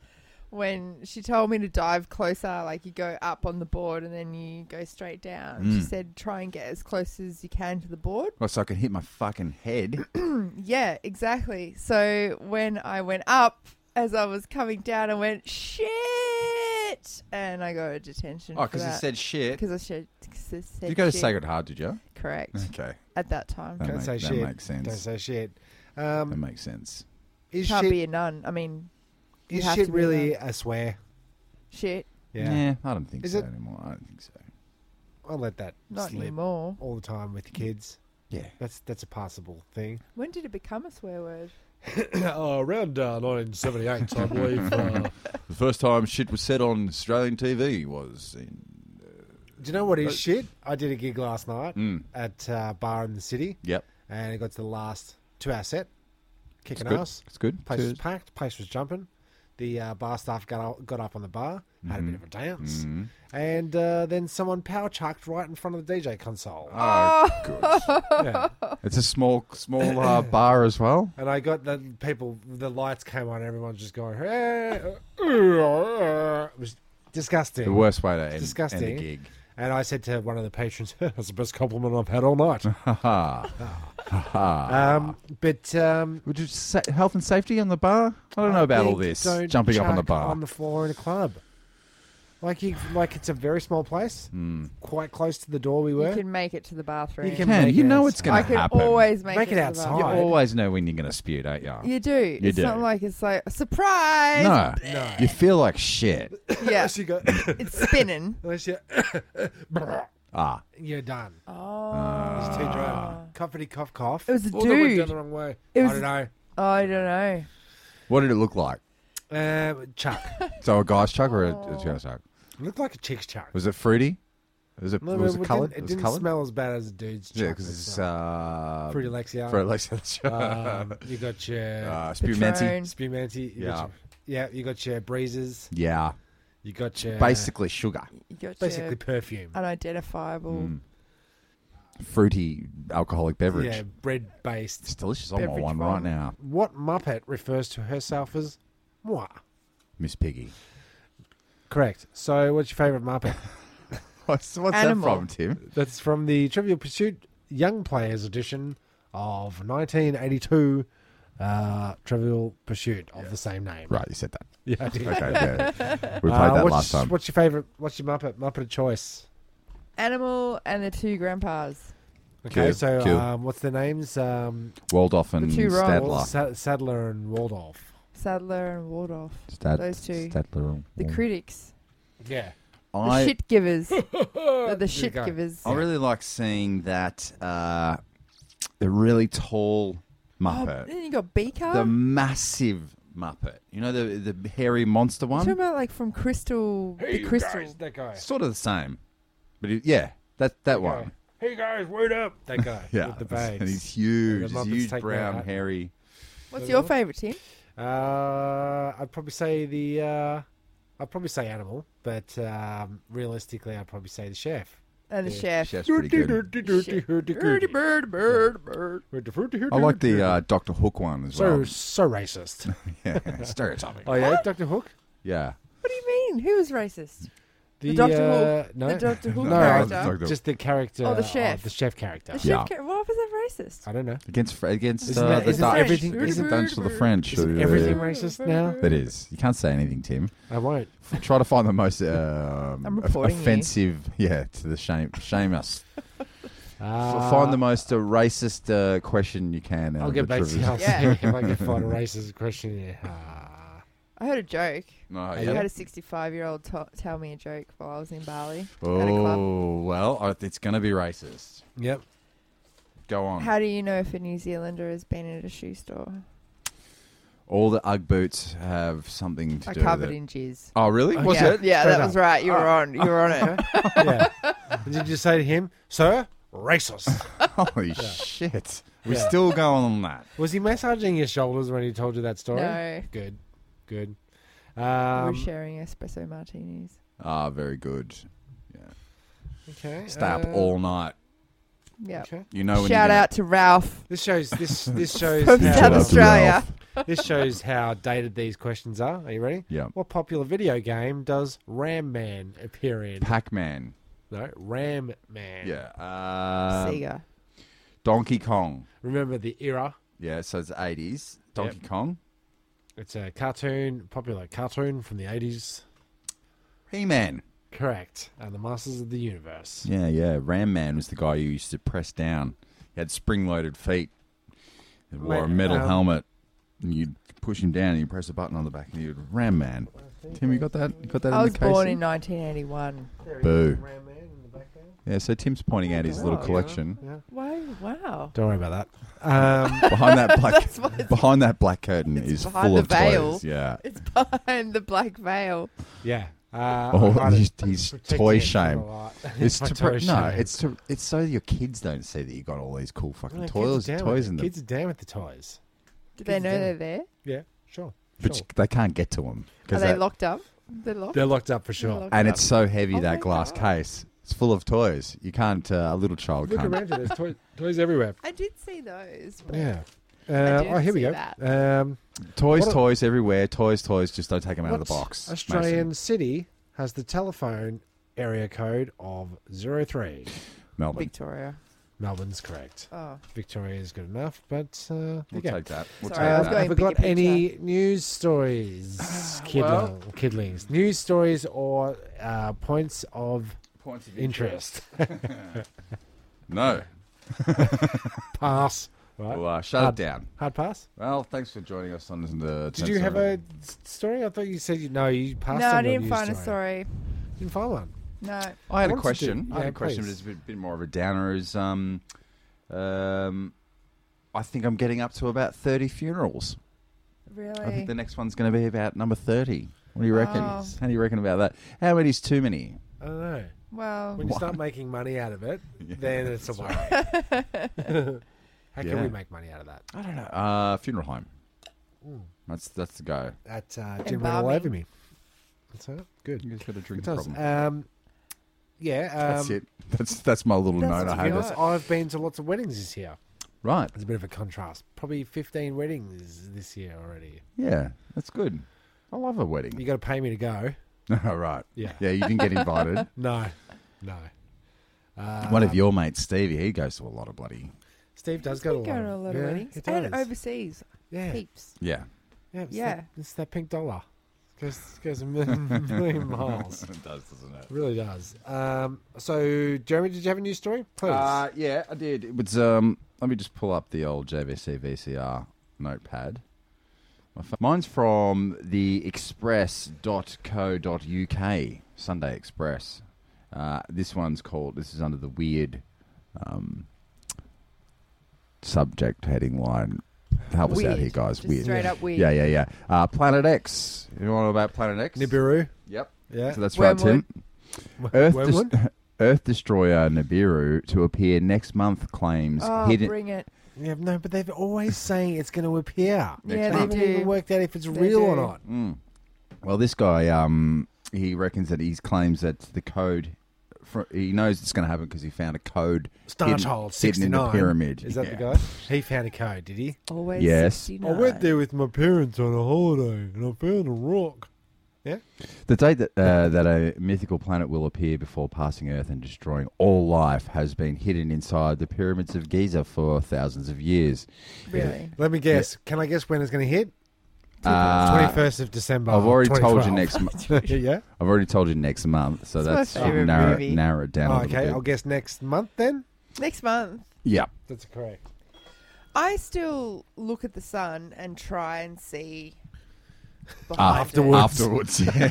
[SPEAKER 5] when she told me to dive closer, like you go up on the board and then you go straight down, she
[SPEAKER 3] Mm.
[SPEAKER 5] said try and get as close as you can to the board.
[SPEAKER 3] Well, Oh, so I can hit my fucking head.
[SPEAKER 5] Yeah, exactly. So when I went up, as I was coming down, I went shit, and I got a detention.
[SPEAKER 3] Oh, because he said shit.
[SPEAKER 5] because I said, 'cause I said
[SPEAKER 3] You go to
[SPEAKER 5] shit.
[SPEAKER 3] Sacred Heart, did you?
[SPEAKER 5] correct
[SPEAKER 3] Okay.
[SPEAKER 5] at that time.
[SPEAKER 3] That,
[SPEAKER 4] Don't
[SPEAKER 3] make-
[SPEAKER 4] say
[SPEAKER 3] that
[SPEAKER 4] shit.
[SPEAKER 3] makes
[SPEAKER 4] don't
[SPEAKER 3] sense.
[SPEAKER 4] say shit.
[SPEAKER 3] That
[SPEAKER 4] Um,
[SPEAKER 3] makes sense.
[SPEAKER 4] is
[SPEAKER 5] Can't be
[SPEAKER 4] shit,
[SPEAKER 5] a nun. I mean, you
[SPEAKER 4] is
[SPEAKER 5] have
[SPEAKER 4] shit
[SPEAKER 5] to be
[SPEAKER 4] really
[SPEAKER 5] a nun.
[SPEAKER 4] a swear?
[SPEAKER 5] shit?
[SPEAKER 4] Yeah,
[SPEAKER 3] Nah, I don't think
[SPEAKER 4] Is
[SPEAKER 3] so
[SPEAKER 4] it-
[SPEAKER 3] anymore. I don't think so.
[SPEAKER 4] I'll let that
[SPEAKER 5] Not
[SPEAKER 4] slip
[SPEAKER 5] anymore.
[SPEAKER 4] all the time with kids.
[SPEAKER 3] Yeah.
[SPEAKER 4] That's that's a passable thing.
[SPEAKER 5] When did it become a swear word?
[SPEAKER 4] oh, around uh, 1978, I believe. Uh,
[SPEAKER 3] The first time shit was said on Australian TV was in.
[SPEAKER 4] Do you know what
[SPEAKER 3] But-
[SPEAKER 4] is shit? I did a gig last night
[SPEAKER 3] Mm.
[SPEAKER 4] at uh, bar in the city,
[SPEAKER 3] Yep.
[SPEAKER 4] and it got to the last two-hour set,
[SPEAKER 3] It's
[SPEAKER 4] kicking
[SPEAKER 3] good.
[SPEAKER 4] ass.
[SPEAKER 3] It's good.
[SPEAKER 4] Place was
[SPEAKER 3] Cheers.
[SPEAKER 4] packed. Place was jumping. The uh, bar staff got up, got up on the bar, had a bit of a dance, and uh, then someone power chucked right in front of the DJ console.
[SPEAKER 3] Oh, good.
[SPEAKER 4] Ah. Yeah.
[SPEAKER 3] It's a small, small uh, bar as well.
[SPEAKER 4] And I got the people, the lights came on, everyone's just going, hey, uh, uh," it was
[SPEAKER 3] The
[SPEAKER 4] disgusting.
[SPEAKER 3] worst way to end,
[SPEAKER 4] disgusting.
[SPEAKER 3] end a gig.
[SPEAKER 4] And I said to one of the patrons, that's the best compliment I've had all night.
[SPEAKER 3] Ha ha. Ha ha.
[SPEAKER 4] um, but um,
[SPEAKER 3] Would you say health and safety on the bar? I don't know about all
[SPEAKER 4] think
[SPEAKER 3] this.
[SPEAKER 4] don't
[SPEAKER 3] Jumping up on the
[SPEAKER 4] chuck
[SPEAKER 3] bar.
[SPEAKER 4] on the floor in a club. Like you, like it's a very small place,
[SPEAKER 3] Hmm.
[SPEAKER 4] quite close to the door we
[SPEAKER 5] You
[SPEAKER 4] were.
[SPEAKER 5] can make it to the bathroom.
[SPEAKER 4] You can
[SPEAKER 3] Can
[SPEAKER 4] make
[SPEAKER 3] you
[SPEAKER 4] it
[SPEAKER 3] know
[SPEAKER 4] outside.
[SPEAKER 3] it's
[SPEAKER 5] I
[SPEAKER 3] going to
[SPEAKER 5] can
[SPEAKER 3] happen?
[SPEAKER 5] always make,
[SPEAKER 4] Make it
[SPEAKER 5] to the
[SPEAKER 4] outside.
[SPEAKER 3] you
[SPEAKER 5] bathroom.
[SPEAKER 3] always know when you're going to spew, don't you?
[SPEAKER 5] You do.
[SPEAKER 3] You
[SPEAKER 5] it's
[SPEAKER 3] do.
[SPEAKER 5] not like it's like a surprise.
[SPEAKER 3] no,
[SPEAKER 4] No.
[SPEAKER 3] you feel like shit.
[SPEAKER 5] Yeah,
[SPEAKER 4] Unless you go,
[SPEAKER 5] it's spinning.
[SPEAKER 4] unless you,
[SPEAKER 3] Ah,
[SPEAKER 4] you're done.
[SPEAKER 5] Oh,
[SPEAKER 4] It's too dry. Coughy cough cough.
[SPEAKER 5] It was a
[SPEAKER 4] Oh, that went down
[SPEAKER 5] dude.
[SPEAKER 4] Uh, the wrong way.
[SPEAKER 5] It was-
[SPEAKER 4] I don't know.
[SPEAKER 5] I don't know.
[SPEAKER 3] what did it look like?
[SPEAKER 4] Uh, chuck.
[SPEAKER 3] So a guy's chuck or a,
[SPEAKER 4] Oh.
[SPEAKER 3] a girl's chuck?
[SPEAKER 4] looked like a chick's chuck.
[SPEAKER 3] Was it fruity? Was it
[SPEAKER 4] No,
[SPEAKER 3] was it
[SPEAKER 4] it didn't-
[SPEAKER 3] coloured?
[SPEAKER 4] It
[SPEAKER 3] was
[SPEAKER 4] didn't
[SPEAKER 3] coloured?
[SPEAKER 4] smell as bad as a dude's chuck.
[SPEAKER 3] Yeah, because it's uh,
[SPEAKER 4] Fruity Lexia.
[SPEAKER 3] Fruity Lexia.
[SPEAKER 5] Oh,
[SPEAKER 4] um, you got your
[SPEAKER 3] uh,
[SPEAKER 5] Patron.
[SPEAKER 3] spumancy.
[SPEAKER 4] spumanti. You
[SPEAKER 3] yeah.
[SPEAKER 4] Got your, yeah, you got your breezes.
[SPEAKER 3] Yeah,
[SPEAKER 4] You got your
[SPEAKER 3] basically sugar, Mm.
[SPEAKER 5] You got
[SPEAKER 4] basically
[SPEAKER 5] your
[SPEAKER 4] perfume.
[SPEAKER 5] unidentifiable.
[SPEAKER 3] Hmm. fruity alcoholic beverage.
[SPEAKER 4] Yeah, bread based.
[SPEAKER 3] It's delicious. I'm on
[SPEAKER 5] Beverage
[SPEAKER 3] one
[SPEAKER 5] roll.
[SPEAKER 3] right now,
[SPEAKER 4] What Muppet refers to herself as moi?
[SPEAKER 3] Miss Piggy.
[SPEAKER 4] Correct. So, what's your favourite Muppet?
[SPEAKER 3] What's, what's that
[SPEAKER 5] Animal.
[SPEAKER 3] from, Tim?
[SPEAKER 4] That's from the Trivial Pursuit Young Players edition of 1982 uh, Trivial Pursuit of the same name.
[SPEAKER 3] Right, you said that.
[SPEAKER 4] Yeah, I did.
[SPEAKER 3] Okay, yeah. we played
[SPEAKER 4] Uh,
[SPEAKER 3] that
[SPEAKER 4] what's,
[SPEAKER 3] last time.
[SPEAKER 4] What's your favourite? What's your Muppet Muppet of choice?
[SPEAKER 5] Animal and the two grandpas.
[SPEAKER 4] Okay,
[SPEAKER 3] Cool,
[SPEAKER 4] so
[SPEAKER 3] cool.
[SPEAKER 4] um, what's their names? Um,
[SPEAKER 3] Waldorf and
[SPEAKER 5] two rolls.
[SPEAKER 3] Stadler.
[SPEAKER 4] Sa- Sadler and Waldorf.
[SPEAKER 5] Sadler and Waldorf.
[SPEAKER 3] Stad-
[SPEAKER 5] Those two.
[SPEAKER 3] Stadler. and
[SPEAKER 5] The
[SPEAKER 3] Waldorf.
[SPEAKER 5] critics.
[SPEAKER 4] Yeah.
[SPEAKER 5] The
[SPEAKER 3] I,
[SPEAKER 5] shit givers. They're the shit
[SPEAKER 4] go.
[SPEAKER 5] givers.
[SPEAKER 3] I really like seeing that uh, the really tall
[SPEAKER 5] Oh,
[SPEAKER 3] Muppet,
[SPEAKER 5] then you got Beaker.
[SPEAKER 3] the massive Muppet. You know the the hairy monster
[SPEAKER 5] I'm talking
[SPEAKER 3] one.
[SPEAKER 5] about like from Crystal. the Crystal.
[SPEAKER 4] that guy.
[SPEAKER 3] Sort of the same, but it, yeah, that that one.
[SPEAKER 4] Hey guys, wait up! That guy
[SPEAKER 3] Yeah,
[SPEAKER 4] with the
[SPEAKER 3] and he's
[SPEAKER 4] bags.
[SPEAKER 3] huge,
[SPEAKER 4] And the
[SPEAKER 3] he's
[SPEAKER 4] Muppets
[SPEAKER 3] huge
[SPEAKER 4] take
[SPEAKER 3] brown
[SPEAKER 4] that.
[SPEAKER 3] hairy.
[SPEAKER 5] What's your favourite, Tim?
[SPEAKER 4] Uh, I'd probably say the. Uh, I'd probably say animal, but um, realistically, I'd probably say the chef.
[SPEAKER 5] And Uh, the
[SPEAKER 4] Yeah.
[SPEAKER 5] chef.
[SPEAKER 3] Chef's pretty good.
[SPEAKER 5] Shit. Dirty bird, bird, bird.
[SPEAKER 3] I like the uh, Doctor Hook one as
[SPEAKER 4] So
[SPEAKER 3] well.
[SPEAKER 4] so racist.
[SPEAKER 3] yeah, stereotyping.
[SPEAKER 4] Oh yeah, Doctor Hook.
[SPEAKER 3] Yeah,
[SPEAKER 5] What do you mean? Who was racist?
[SPEAKER 4] The,
[SPEAKER 5] Doctor
[SPEAKER 4] uh,
[SPEAKER 5] Who.
[SPEAKER 4] No,
[SPEAKER 5] The Doctor Who
[SPEAKER 4] no,
[SPEAKER 5] character.
[SPEAKER 4] I-
[SPEAKER 3] Doctor-
[SPEAKER 4] just the character.
[SPEAKER 5] Oh, the
[SPEAKER 4] of
[SPEAKER 5] chef.
[SPEAKER 4] the chef character.
[SPEAKER 5] The
[SPEAKER 3] Yeah.
[SPEAKER 5] chef ca- Why was that racist?
[SPEAKER 4] I don't know.
[SPEAKER 3] against against
[SPEAKER 4] Isn't
[SPEAKER 3] uh,
[SPEAKER 4] that-
[SPEAKER 3] the
[SPEAKER 4] isn't
[SPEAKER 3] Dutch.
[SPEAKER 4] everything-
[SPEAKER 3] Isn't
[SPEAKER 4] isn't-
[SPEAKER 3] Dutch to the French?
[SPEAKER 4] Isn't
[SPEAKER 3] uh,
[SPEAKER 4] everything racist now?
[SPEAKER 3] It is. You can't say anything, Tim.
[SPEAKER 4] I won't.
[SPEAKER 3] Try to find the most um,
[SPEAKER 5] I'm
[SPEAKER 3] of-
[SPEAKER 5] reporting you.
[SPEAKER 3] offensive. Yeah, to the shame shame us.
[SPEAKER 4] Uh,
[SPEAKER 3] find the most uh, racist uh, question you can. uh,
[SPEAKER 4] I'll get
[SPEAKER 3] the
[SPEAKER 4] back to you.
[SPEAKER 3] trivia.
[SPEAKER 4] I'll
[SPEAKER 5] Yeah.
[SPEAKER 4] see if I can find a racist question. here. Ah.
[SPEAKER 5] I heard a joke.
[SPEAKER 3] No,
[SPEAKER 5] I
[SPEAKER 3] Oh, yeah.
[SPEAKER 5] had a 65 year old t- tell me a joke while I was in Bali at a club.
[SPEAKER 3] Oh well, uh, it's going to be racist.
[SPEAKER 4] Yep.
[SPEAKER 3] Go on.
[SPEAKER 5] How do you know if a New Zealander has been at a shoe store?
[SPEAKER 3] All the UGG boots have something to
[SPEAKER 5] I
[SPEAKER 3] do with
[SPEAKER 5] covered
[SPEAKER 3] it.
[SPEAKER 5] in jizz.
[SPEAKER 3] Oh really? Was
[SPEAKER 5] yeah,
[SPEAKER 3] it? Oh.
[SPEAKER 5] yeah,
[SPEAKER 4] Straight
[SPEAKER 5] that
[SPEAKER 4] up.
[SPEAKER 5] was right. You were on. You were on it.
[SPEAKER 4] yeah. Did you say to him, sir, racist?
[SPEAKER 3] Holy shit! We're
[SPEAKER 4] Yeah.
[SPEAKER 3] still going on that.
[SPEAKER 4] Was he massaging your shoulders when he told you that story?
[SPEAKER 5] No.
[SPEAKER 4] Good. Good.
[SPEAKER 5] we were
[SPEAKER 4] Um,
[SPEAKER 5] sharing espresso martinis.
[SPEAKER 3] Ah, very good. Yeah.
[SPEAKER 4] okay.
[SPEAKER 3] Stay up
[SPEAKER 4] uh,
[SPEAKER 3] all night.
[SPEAKER 5] Yeah.
[SPEAKER 4] Okay.
[SPEAKER 3] You know. When
[SPEAKER 5] Shout
[SPEAKER 3] you're
[SPEAKER 5] out to Ralph
[SPEAKER 4] This shows this this shows
[SPEAKER 5] from
[SPEAKER 3] gonna-
[SPEAKER 4] how,
[SPEAKER 5] South
[SPEAKER 3] Shout out to
[SPEAKER 5] Australia.
[SPEAKER 3] Ralph.
[SPEAKER 4] this shows how dated these questions are. Are you ready?
[SPEAKER 3] Yeah.
[SPEAKER 4] What popular video game does Ram Man appear in?
[SPEAKER 3] Pac-Man.
[SPEAKER 4] no, Ram Man.
[SPEAKER 3] Yeah. Uh,
[SPEAKER 5] Sega.
[SPEAKER 3] Donkey Kong.
[SPEAKER 4] Remember the era?
[SPEAKER 3] Yeah, so it's eighties. Donkey Kong.
[SPEAKER 4] It's a cartoon, popular cartoon from the eighties.
[SPEAKER 3] He Man.
[SPEAKER 4] Correct. And the Masters of the Universe.
[SPEAKER 3] Yeah, yeah. Ram Man was the guy who used to press down. He had spring loaded feet. He wore a
[SPEAKER 4] Ram-
[SPEAKER 3] metal
[SPEAKER 4] um,
[SPEAKER 3] helmet. And you'd push him down and you press a button on the back and you'd Ram Man. Tim, you got that? You got that
[SPEAKER 5] I
[SPEAKER 3] in
[SPEAKER 5] was
[SPEAKER 3] the
[SPEAKER 5] born
[SPEAKER 3] case?
[SPEAKER 5] in 1981.
[SPEAKER 4] There he
[SPEAKER 3] Boo.
[SPEAKER 4] is, Ram Man in the background.
[SPEAKER 3] Yeah, so Tim's pointing out his little
[SPEAKER 5] Oh, yeah.
[SPEAKER 3] collection.
[SPEAKER 4] Yeah.
[SPEAKER 5] Wow! Wow!
[SPEAKER 4] Don't worry about that. Um,
[SPEAKER 3] Behind that black
[SPEAKER 5] That's why it's,
[SPEAKER 3] behind that black curtain is
[SPEAKER 5] behind
[SPEAKER 3] full
[SPEAKER 5] the
[SPEAKER 3] of
[SPEAKER 5] veil.
[SPEAKER 3] toys. Yeah.
[SPEAKER 5] it's behind the black veil.
[SPEAKER 4] yeah. Uh,
[SPEAKER 3] Oh,
[SPEAKER 4] I might have
[SPEAKER 3] he's- he's
[SPEAKER 4] protected
[SPEAKER 3] toy
[SPEAKER 4] it from
[SPEAKER 3] shame.
[SPEAKER 4] a lot.
[SPEAKER 3] It's
[SPEAKER 4] My
[SPEAKER 3] to
[SPEAKER 4] toy
[SPEAKER 3] pro- no,
[SPEAKER 4] shame.
[SPEAKER 3] it's to it's so your kids don't see that you got all these cool fucking
[SPEAKER 4] No, kids
[SPEAKER 3] toys
[SPEAKER 4] are down with
[SPEAKER 3] toys
[SPEAKER 4] it.
[SPEAKER 3] in them.
[SPEAKER 4] Kids are down with the toys.
[SPEAKER 5] Do they
[SPEAKER 4] Kids
[SPEAKER 5] know
[SPEAKER 4] do.
[SPEAKER 5] they're there?
[SPEAKER 4] Yeah, sure.
[SPEAKER 3] but
[SPEAKER 4] Sure.
[SPEAKER 3] they can't get to them
[SPEAKER 5] Are
[SPEAKER 3] because
[SPEAKER 5] they locked up? They're locked.
[SPEAKER 4] They're locked up for sure.
[SPEAKER 5] locked
[SPEAKER 3] and
[SPEAKER 5] up.
[SPEAKER 3] it's so heavy
[SPEAKER 5] Oh
[SPEAKER 3] that
[SPEAKER 5] my
[SPEAKER 3] glass
[SPEAKER 5] God.
[SPEAKER 3] case. It's full of toys. You can't. Uh, a little child
[SPEAKER 4] Look
[SPEAKER 3] can't.
[SPEAKER 4] around you. There's toys, toys everywhere.
[SPEAKER 5] I did see those. But
[SPEAKER 4] Oh, Yeah.
[SPEAKER 5] I
[SPEAKER 4] Uh,
[SPEAKER 5] did
[SPEAKER 4] oh, here we
[SPEAKER 5] see
[SPEAKER 4] go.
[SPEAKER 5] that.
[SPEAKER 4] Um,
[SPEAKER 3] Toys,
[SPEAKER 4] What a-
[SPEAKER 3] toys everywhere. Toys, toys. Just don't take them out of the
[SPEAKER 4] what
[SPEAKER 3] box.
[SPEAKER 4] Australian
[SPEAKER 3] Mason.
[SPEAKER 4] city has the telephone area code of 03.
[SPEAKER 3] Melbourne.
[SPEAKER 5] Victoria.
[SPEAKER 4] Melbourne's correct.
[SPEAKER 5] Oh,
[SPEAKER 4] Victoria is good enough, but uh, there you
[SPEAKER 3] We'll
[SPEAKER 4] go.
[SPEAKER 3] take that. We'll
[SPEAKER 5] Sorry, I
[SPEAKER 4] Uh,
[SPEAKER 5] was
[SPEAKER 3] take that.
[SPEAKER 5] going
[SPEAKER 4] have we
[SPEAKER 5] bigger
[SPEAKER 4] got any news stories, kidling,
[SPEAKER 3] well-
[SPEAKER 4] kidlings? News stories or uh, points of
[SPEAKER 3] Points of
[SPEAKER 4] interest?
[SPEAKER 3] No.
[SPEAKER 4] pass. Right.
[SPEAKER 3] Well, uh, shut
[SPEAKER 4] Uh,
[SPEAKER 3] it down.
[SPEAKER 4] Hard pass.
[SPEAKER 3] Well, thanks for joining us on the.
[SPEAKER 4] Did you have a s- story? I thought you said you, no. You passed.
[SPEAKER 5] no,
[SPEAKER 4] on
[SPEAKER 5] I
[SPEAKER 4] your
[SPEAKER 5] didn't
[SPEAKER 4] news
[SPEAKER 5] find a
[SPEAKER 4] story.
[SPEAKER 5] story.
[SPEAKER 4] Didn't find one.
[SPEAKER 5] No.
[SPEAKER 3] I had a
[SPEAKER 4] Wants to
[SPEAKER 3] question.
[SPEAKER 4] do-
[SPEAKER 3] I had
[SPEAKER 4] yeah,
[SPEAKER 3] a question,
[SPEAKER 4] please.
[SPEAKER 3] but it's a bit, bit more of a downer. Is um, um, I think I'm getting up to about thirty funerals. I
[SPEAKER 5] Really?
[SPEAKER 3] think the next one's going to be about number thirty. What do you reckon?
[SPEAKER 5] Oh.
[SPEAKER 3] How do you reckon about that? How many's too many?
[SPEAKER 4] I don't know.
[SPEAKER 5] Well,
[SPEAKER 4] When you
[SPEAKER 3] Why?
[SPEAKER 4] start making money out of it, then it's a worry. How can
[SPEAKER 3] Yeah.
[SPEAKER 4] we make money out of that?
[SPEAKER 3] I don't know. Uh, funeral home.
[SPEAKER 4] Hmm.
[SPEAKER 3] That's that's the go.
[SPEAKER 4] That uh, Jim went all
[SPEAKER 5] Embalming.
[SPEAKER 4] over me. That's it. Good.
[SPEAKER 3] You guys got a
[SPEAKER 4] It
[SPEAKER 3] drinking
[SPEAKER 4] does.
[SPEAKER 3] problem.
[SPEAKER 4] Um, yeah. Um,
[SPEAKER 3] that's it. That's that's my little
[SPEAKER 5] That's
[SPEAKER 3] note. I
[SPEAKER 5] what
[SPEAKER 3] had.
[SPEAKER 5] you
[SPEAKER 3] That's-
[SPEAKER 5] got.
[SPEAKER 4] I've been to lots of weddings this year.
[SPEAKER 3] Right.
[SPEAKER 4] It's a bit of a contrast. Probably 15 weddings this year already.
[SPEAKER 3] Yeah. That's good. I love a
[SPEAKER 4] You
[SPEAKER 3] wedding.
[SPEAKER 4] got to pay me to go.
[SPEAKER 3] All right.
[SPEAKER 4] Yeah.
[SPEAKER 3] Yeah. You didn't get invited.
[SPEAKER 4] No. No. Uh,
[SPEAKER 3] One of your mates, Stevie, he goes to a lot of bloody.
[SPEAKER 4] Steve does
[SPEAKER 5] we
[SPEAKER 4] go to
[SPEAKER 5] go to a lot of
[SPEAKER 4] Yeah,
[SPEAKER 5] weddings
[SPEAKER 4] he
[SPEAKER 5] and
[SPEAKER 4] does.
[SPEAKER 5] overseas
[SPEAKER 4] Yeah.
[SPEAKER 5] heaps.
[SPEAKER 3] Yeah.
[SPEAKER 4] Yeah. It's,
[SPEAKER 5] Yeah.
[SPEAKER 4] That, it's that pink dollar. Goes goes a million, million miles.
[SPEAKER 3] it does, doesn't it?
[SPEAKER 4] Really does. Um, so, Jeremy, did you have a news story? Please.
[SPEAKER 3] Uh, yeah, I did. It was. Um, let me just pull up the old JVC VCR notepad. My pho- Mine's from the express.co.uk, Sunday Express. Uh, this one's called, this is under the weird um, subject heading line. Help us out
[SPEAKER 5] Weird.
[SPEAKER 3] here, guys.
[SPEAKER 5] Just
[SPEAKER 3] weird.
[SPEAKER 5] straight up weird.
[SPEAKER 3] Yeah, yeah, yeah. Uh, Planet X. You know about Planet X?
[SPEAKER 4] Nibiru.
[SPEAKER 3] Yep.
[SPEAKER 4] Yeah.
[SPEAKER 3] So that's right,
[SPEAKER 5] Wormwood.
[SPEAKER 3] Tim. Earth,
[SPEAKER 4] Wormwood?
[SPEAKER 3] des- Earth destroyer Nibiru to appear next month claims
[SPEAKER 5] Oh,
[SPEAKER 3] hidden.
[SPEAKER 5] bring it.
[SPEAKER 4] Yeah, no, but they're always saying it's going to appear.
[SPEAKER 3] Next
[SPEAKER 5] yeah,
[SPEAKER 4] they
[SPEAKER 5] they
[SPEAKER 4] haven't
[SPEAKER 5] do.
[SPEAKER 4] even worked out if it's
[SPEAKER 5] They
[SPEAKER 4] real or
[SPEAKER 5] do.
[SPEAKER 4] not.
[SPEAKER 3] Mm. Well, this guy, um, he reckons that he claims that the code. fr he knows it's going to happen because he found a code
[SPEAKER 4] Star
[SPEAKER 3] hidden,
[SPEAKER 4] Child
[SPEAKER 3] hidden in
[SPEAKER 4] 69.
[SPEAKER 3] the pyramid.
[SPEAKER 4] Is that
[SPEAKER 3] Yeah.
[SPEAKER 4] the guy? He found a code, did he?
[SPEAKER 5] Always.
[SPEAKER 3] Yes.
[SPEAKER 5] 69.
[SPEAKER 4] Oh, with my parents on a holiday and I found a rock.
[SPEAKER 3] The date that uh, that a mythical planet will appear before passing Earth and destroying all life has been hidden inside the pyramids of Giza for thousands of years.
[SPEAKER 5] Really?
[SPEAKER 4] Let me guess. Can I guess when it's going to hit?
[SPEAKER 3] Uh,
[SPEAKER 4] 21st of December.
[SPEAKER 3] I've already told you
[SPEAKER 4] 2012.
[SPEAKER 3] next. month.
[SPEAKER 4] yeah?
[SPEAKER 3] I've already told you next month, so
[SPEAKER 5] It's my
[SPEAKER 3] that's
[SPEAKER 5] favourite
[SPEAKER 3] narrow,
[SPEAKER 5] movie.
[SPEAKER 3] narrow it down. a
[SPEAKER 4] Oh,
[SPEAKER 3] little
[SPEAKER 4] okay,
[SPEAKER 3] bit.
[SPEAKER 4] I'll guess next month then.
[SPEAKER 5] Next month.
[SPEAKER 3] Yeah.
[SPEAKER 4] That's correct.
[SPEAKER 5] I still look at the sun and try and see behind it.
[SPEAKER 4] Afterwards.
[SPEAKER 3] Ah. Afterwards, yeah.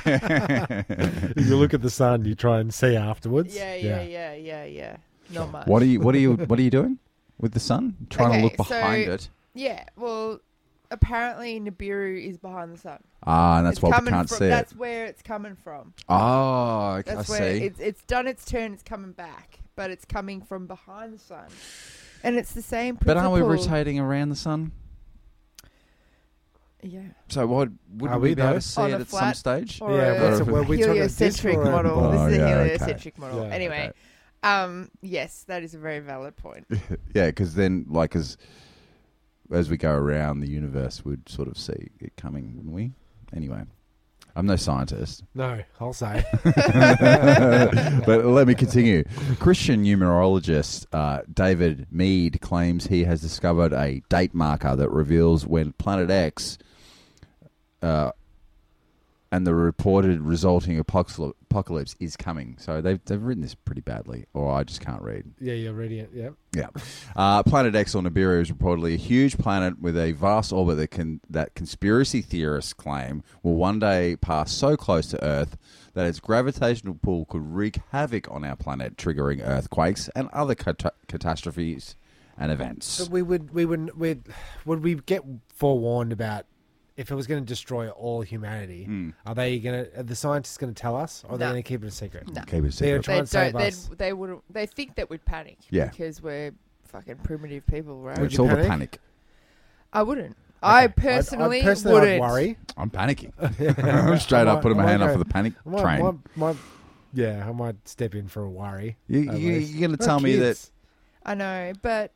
[SPEAKER 4] If you look at the sun, you try and see afterwards.
[SPEAKER 5] Yeah, yeah, yeah, yeah, yeah. Not much.
[SPEAKER 3] what are you? What are you? What are you doing with the sun? Trying to
[SPEAKER 5] Okay,
[SPEAKER 3] look behind
[SPEAKER 5] so-
[SPEAKER 3] it.
[SPEAKER 5] Yeah, well, apparently Nibiru is behind the sun.
[SPEAKER 3] Ah, and that's
[SPEAKER 5] It's
[SPEAKER 3] why we
[SPEAKER 5] coming
[SPEAKER 3] can't
[SPEAKER 5] from,
[SPEAKER 3] see it.
[SPEAKER 5] That's where it's coming from.
[SPEAKER 3] Oh, I- I
[SPEAKER 5] That's where
[SPEAKER 3] see.
[SPEAKER 5] It's, it's done its turn. It's coming back, but it's coming from behind the sun, and it's the same
[SPEAKER 3] But
[SPEAKER 5] principle.
[SPEAKER 3] aren't we rotating around the sun?
[SPEAKER 5] Yeah,
[SPEAKER 3] So why wouldn't
[SPEAKER 4] Are
[SPEAKER 3] we,
[SPEAKER 4] we
[SPEAKER 3] be able
[SPEAKER 4] though?
[SPEAKER 3] to see
[SPEAKER 5] On
[SPEAKER 3] it
[SPEAKER 5] a
[SPEAKER 3] at some
[SPEAKER 5] flat-
[SPEAKER 3] stage?
[SPEAKER 5] or
[SPEAKER 4] Yeah,
[SPEAKER 5] a
[SPEAKER 4] but
[SPEAKER 3] so
[SPEAKER 4] were we talking a
[SPEAKER 5] heliocentric
[SPEAKER 4] disc or a
[SPEAKER 5] model.
[SPEAKER 4] ball?
[SPEAKER 5] this is a
[SPEAKER 3] Oh, yeah, okay.
[SPEAKER 5] heliocentric model.
[SPEAKER 4] Yeah,
[SPEAKER 5] anyway, um, yes, that is a very valid point.
[SPEAKER 3] Yeah, because then, like, as as we go around the universe, we'd sort of see it coming, wouldn't we? Anyway, I'm no scientist.
[SPEAKER 4] No, I'll say.
[SPEAKER 3] but let me continue. Christian numerologist uh, David Mead claims he has discovered a date marker that reveals when Planet X uh, and the reported resulting apoxl- apocalypse is coming. So they've, they've written this pretty badly, or I just can't read.
[SPEAKER 4] yeah, you're ready. Yeah.
[SPEAKER 3] Yeah. Uh, planet X on Nibiru is reportedly a huge planet with a vast orbit that can that conspiracy theorists claim will one day pass so close to Earth that its gravitational pull could wreak havoc on our planet, triggering earthquakes and other cata- catastrophes and events.
[SPEAKER 4] But we would, we would, we'd, would we get forewarned about if it was going to destroy all humanity?
[SPEAKER 3] Hmm.
[SPEAKER 4] Are they going to? Are the scientists going to tell us, or are they
[SPEAKER 5] No.
[SPEAKER 4] going to keep it a secret?
[SPEAKER 5] No.
[SPEAKER 3] Keep it
[SPEAKER 4] They're
[SPEAKER 3] secret.
[SPEAKER 4] trying
[SPEAKER 5] They
[SPEAKER 4] to save
[SPEAKER 5] don't. They'd,
[SPEAKER 4] us.
[SPEAKER 5] they would. They think that we'd panic.
[SPEAKER 3] Yeah.
[SPEAKER 5] because we're fucking primitive people, right?
[SPEAKER 4] Would
[SPEAKER 3] It's
[SPEAKER 4] you
[SPEAKER 3] all the
[SPEAKER 4] panic?
[SPEAKER 3] panic.
[SPEAKER 5] I wouldn't.
[SPEAKER 4] I'd-
[SPEAKER 5] I
[SPEAKER 4] I'd
[SPEAKER 5] personally,
[SPEAKER 4] personally I'd
[SPEAKER 5] wouldn't.
[SPEAKER 4] worry.
[SPEAKER 3] I'm panicking. I'm straight up
[SPEAKER 4] I
[SPEAKER 3] putting my
[SPEAKER 4] might
[SPEAKER 3] hand up
[SPEAKER 4] go-
[SPEAKER 3] for the panic
[SPEAKER 4] I might-
[SPEAKER 3] train.
[SPEAKER 4] might- might- yeah, I might step in for a worry.
[SPEAKER 3] you,
[SPEAKER 4] at
[SPEAKER 3] you,
[SPEAKER 4] least.
[SPEAKER 3] you're going to
[SPEAKER 4] They're
[SPEAKER 3] tell me that
[SPEAKER 4] kids.
[SPEAKER 5] I know, but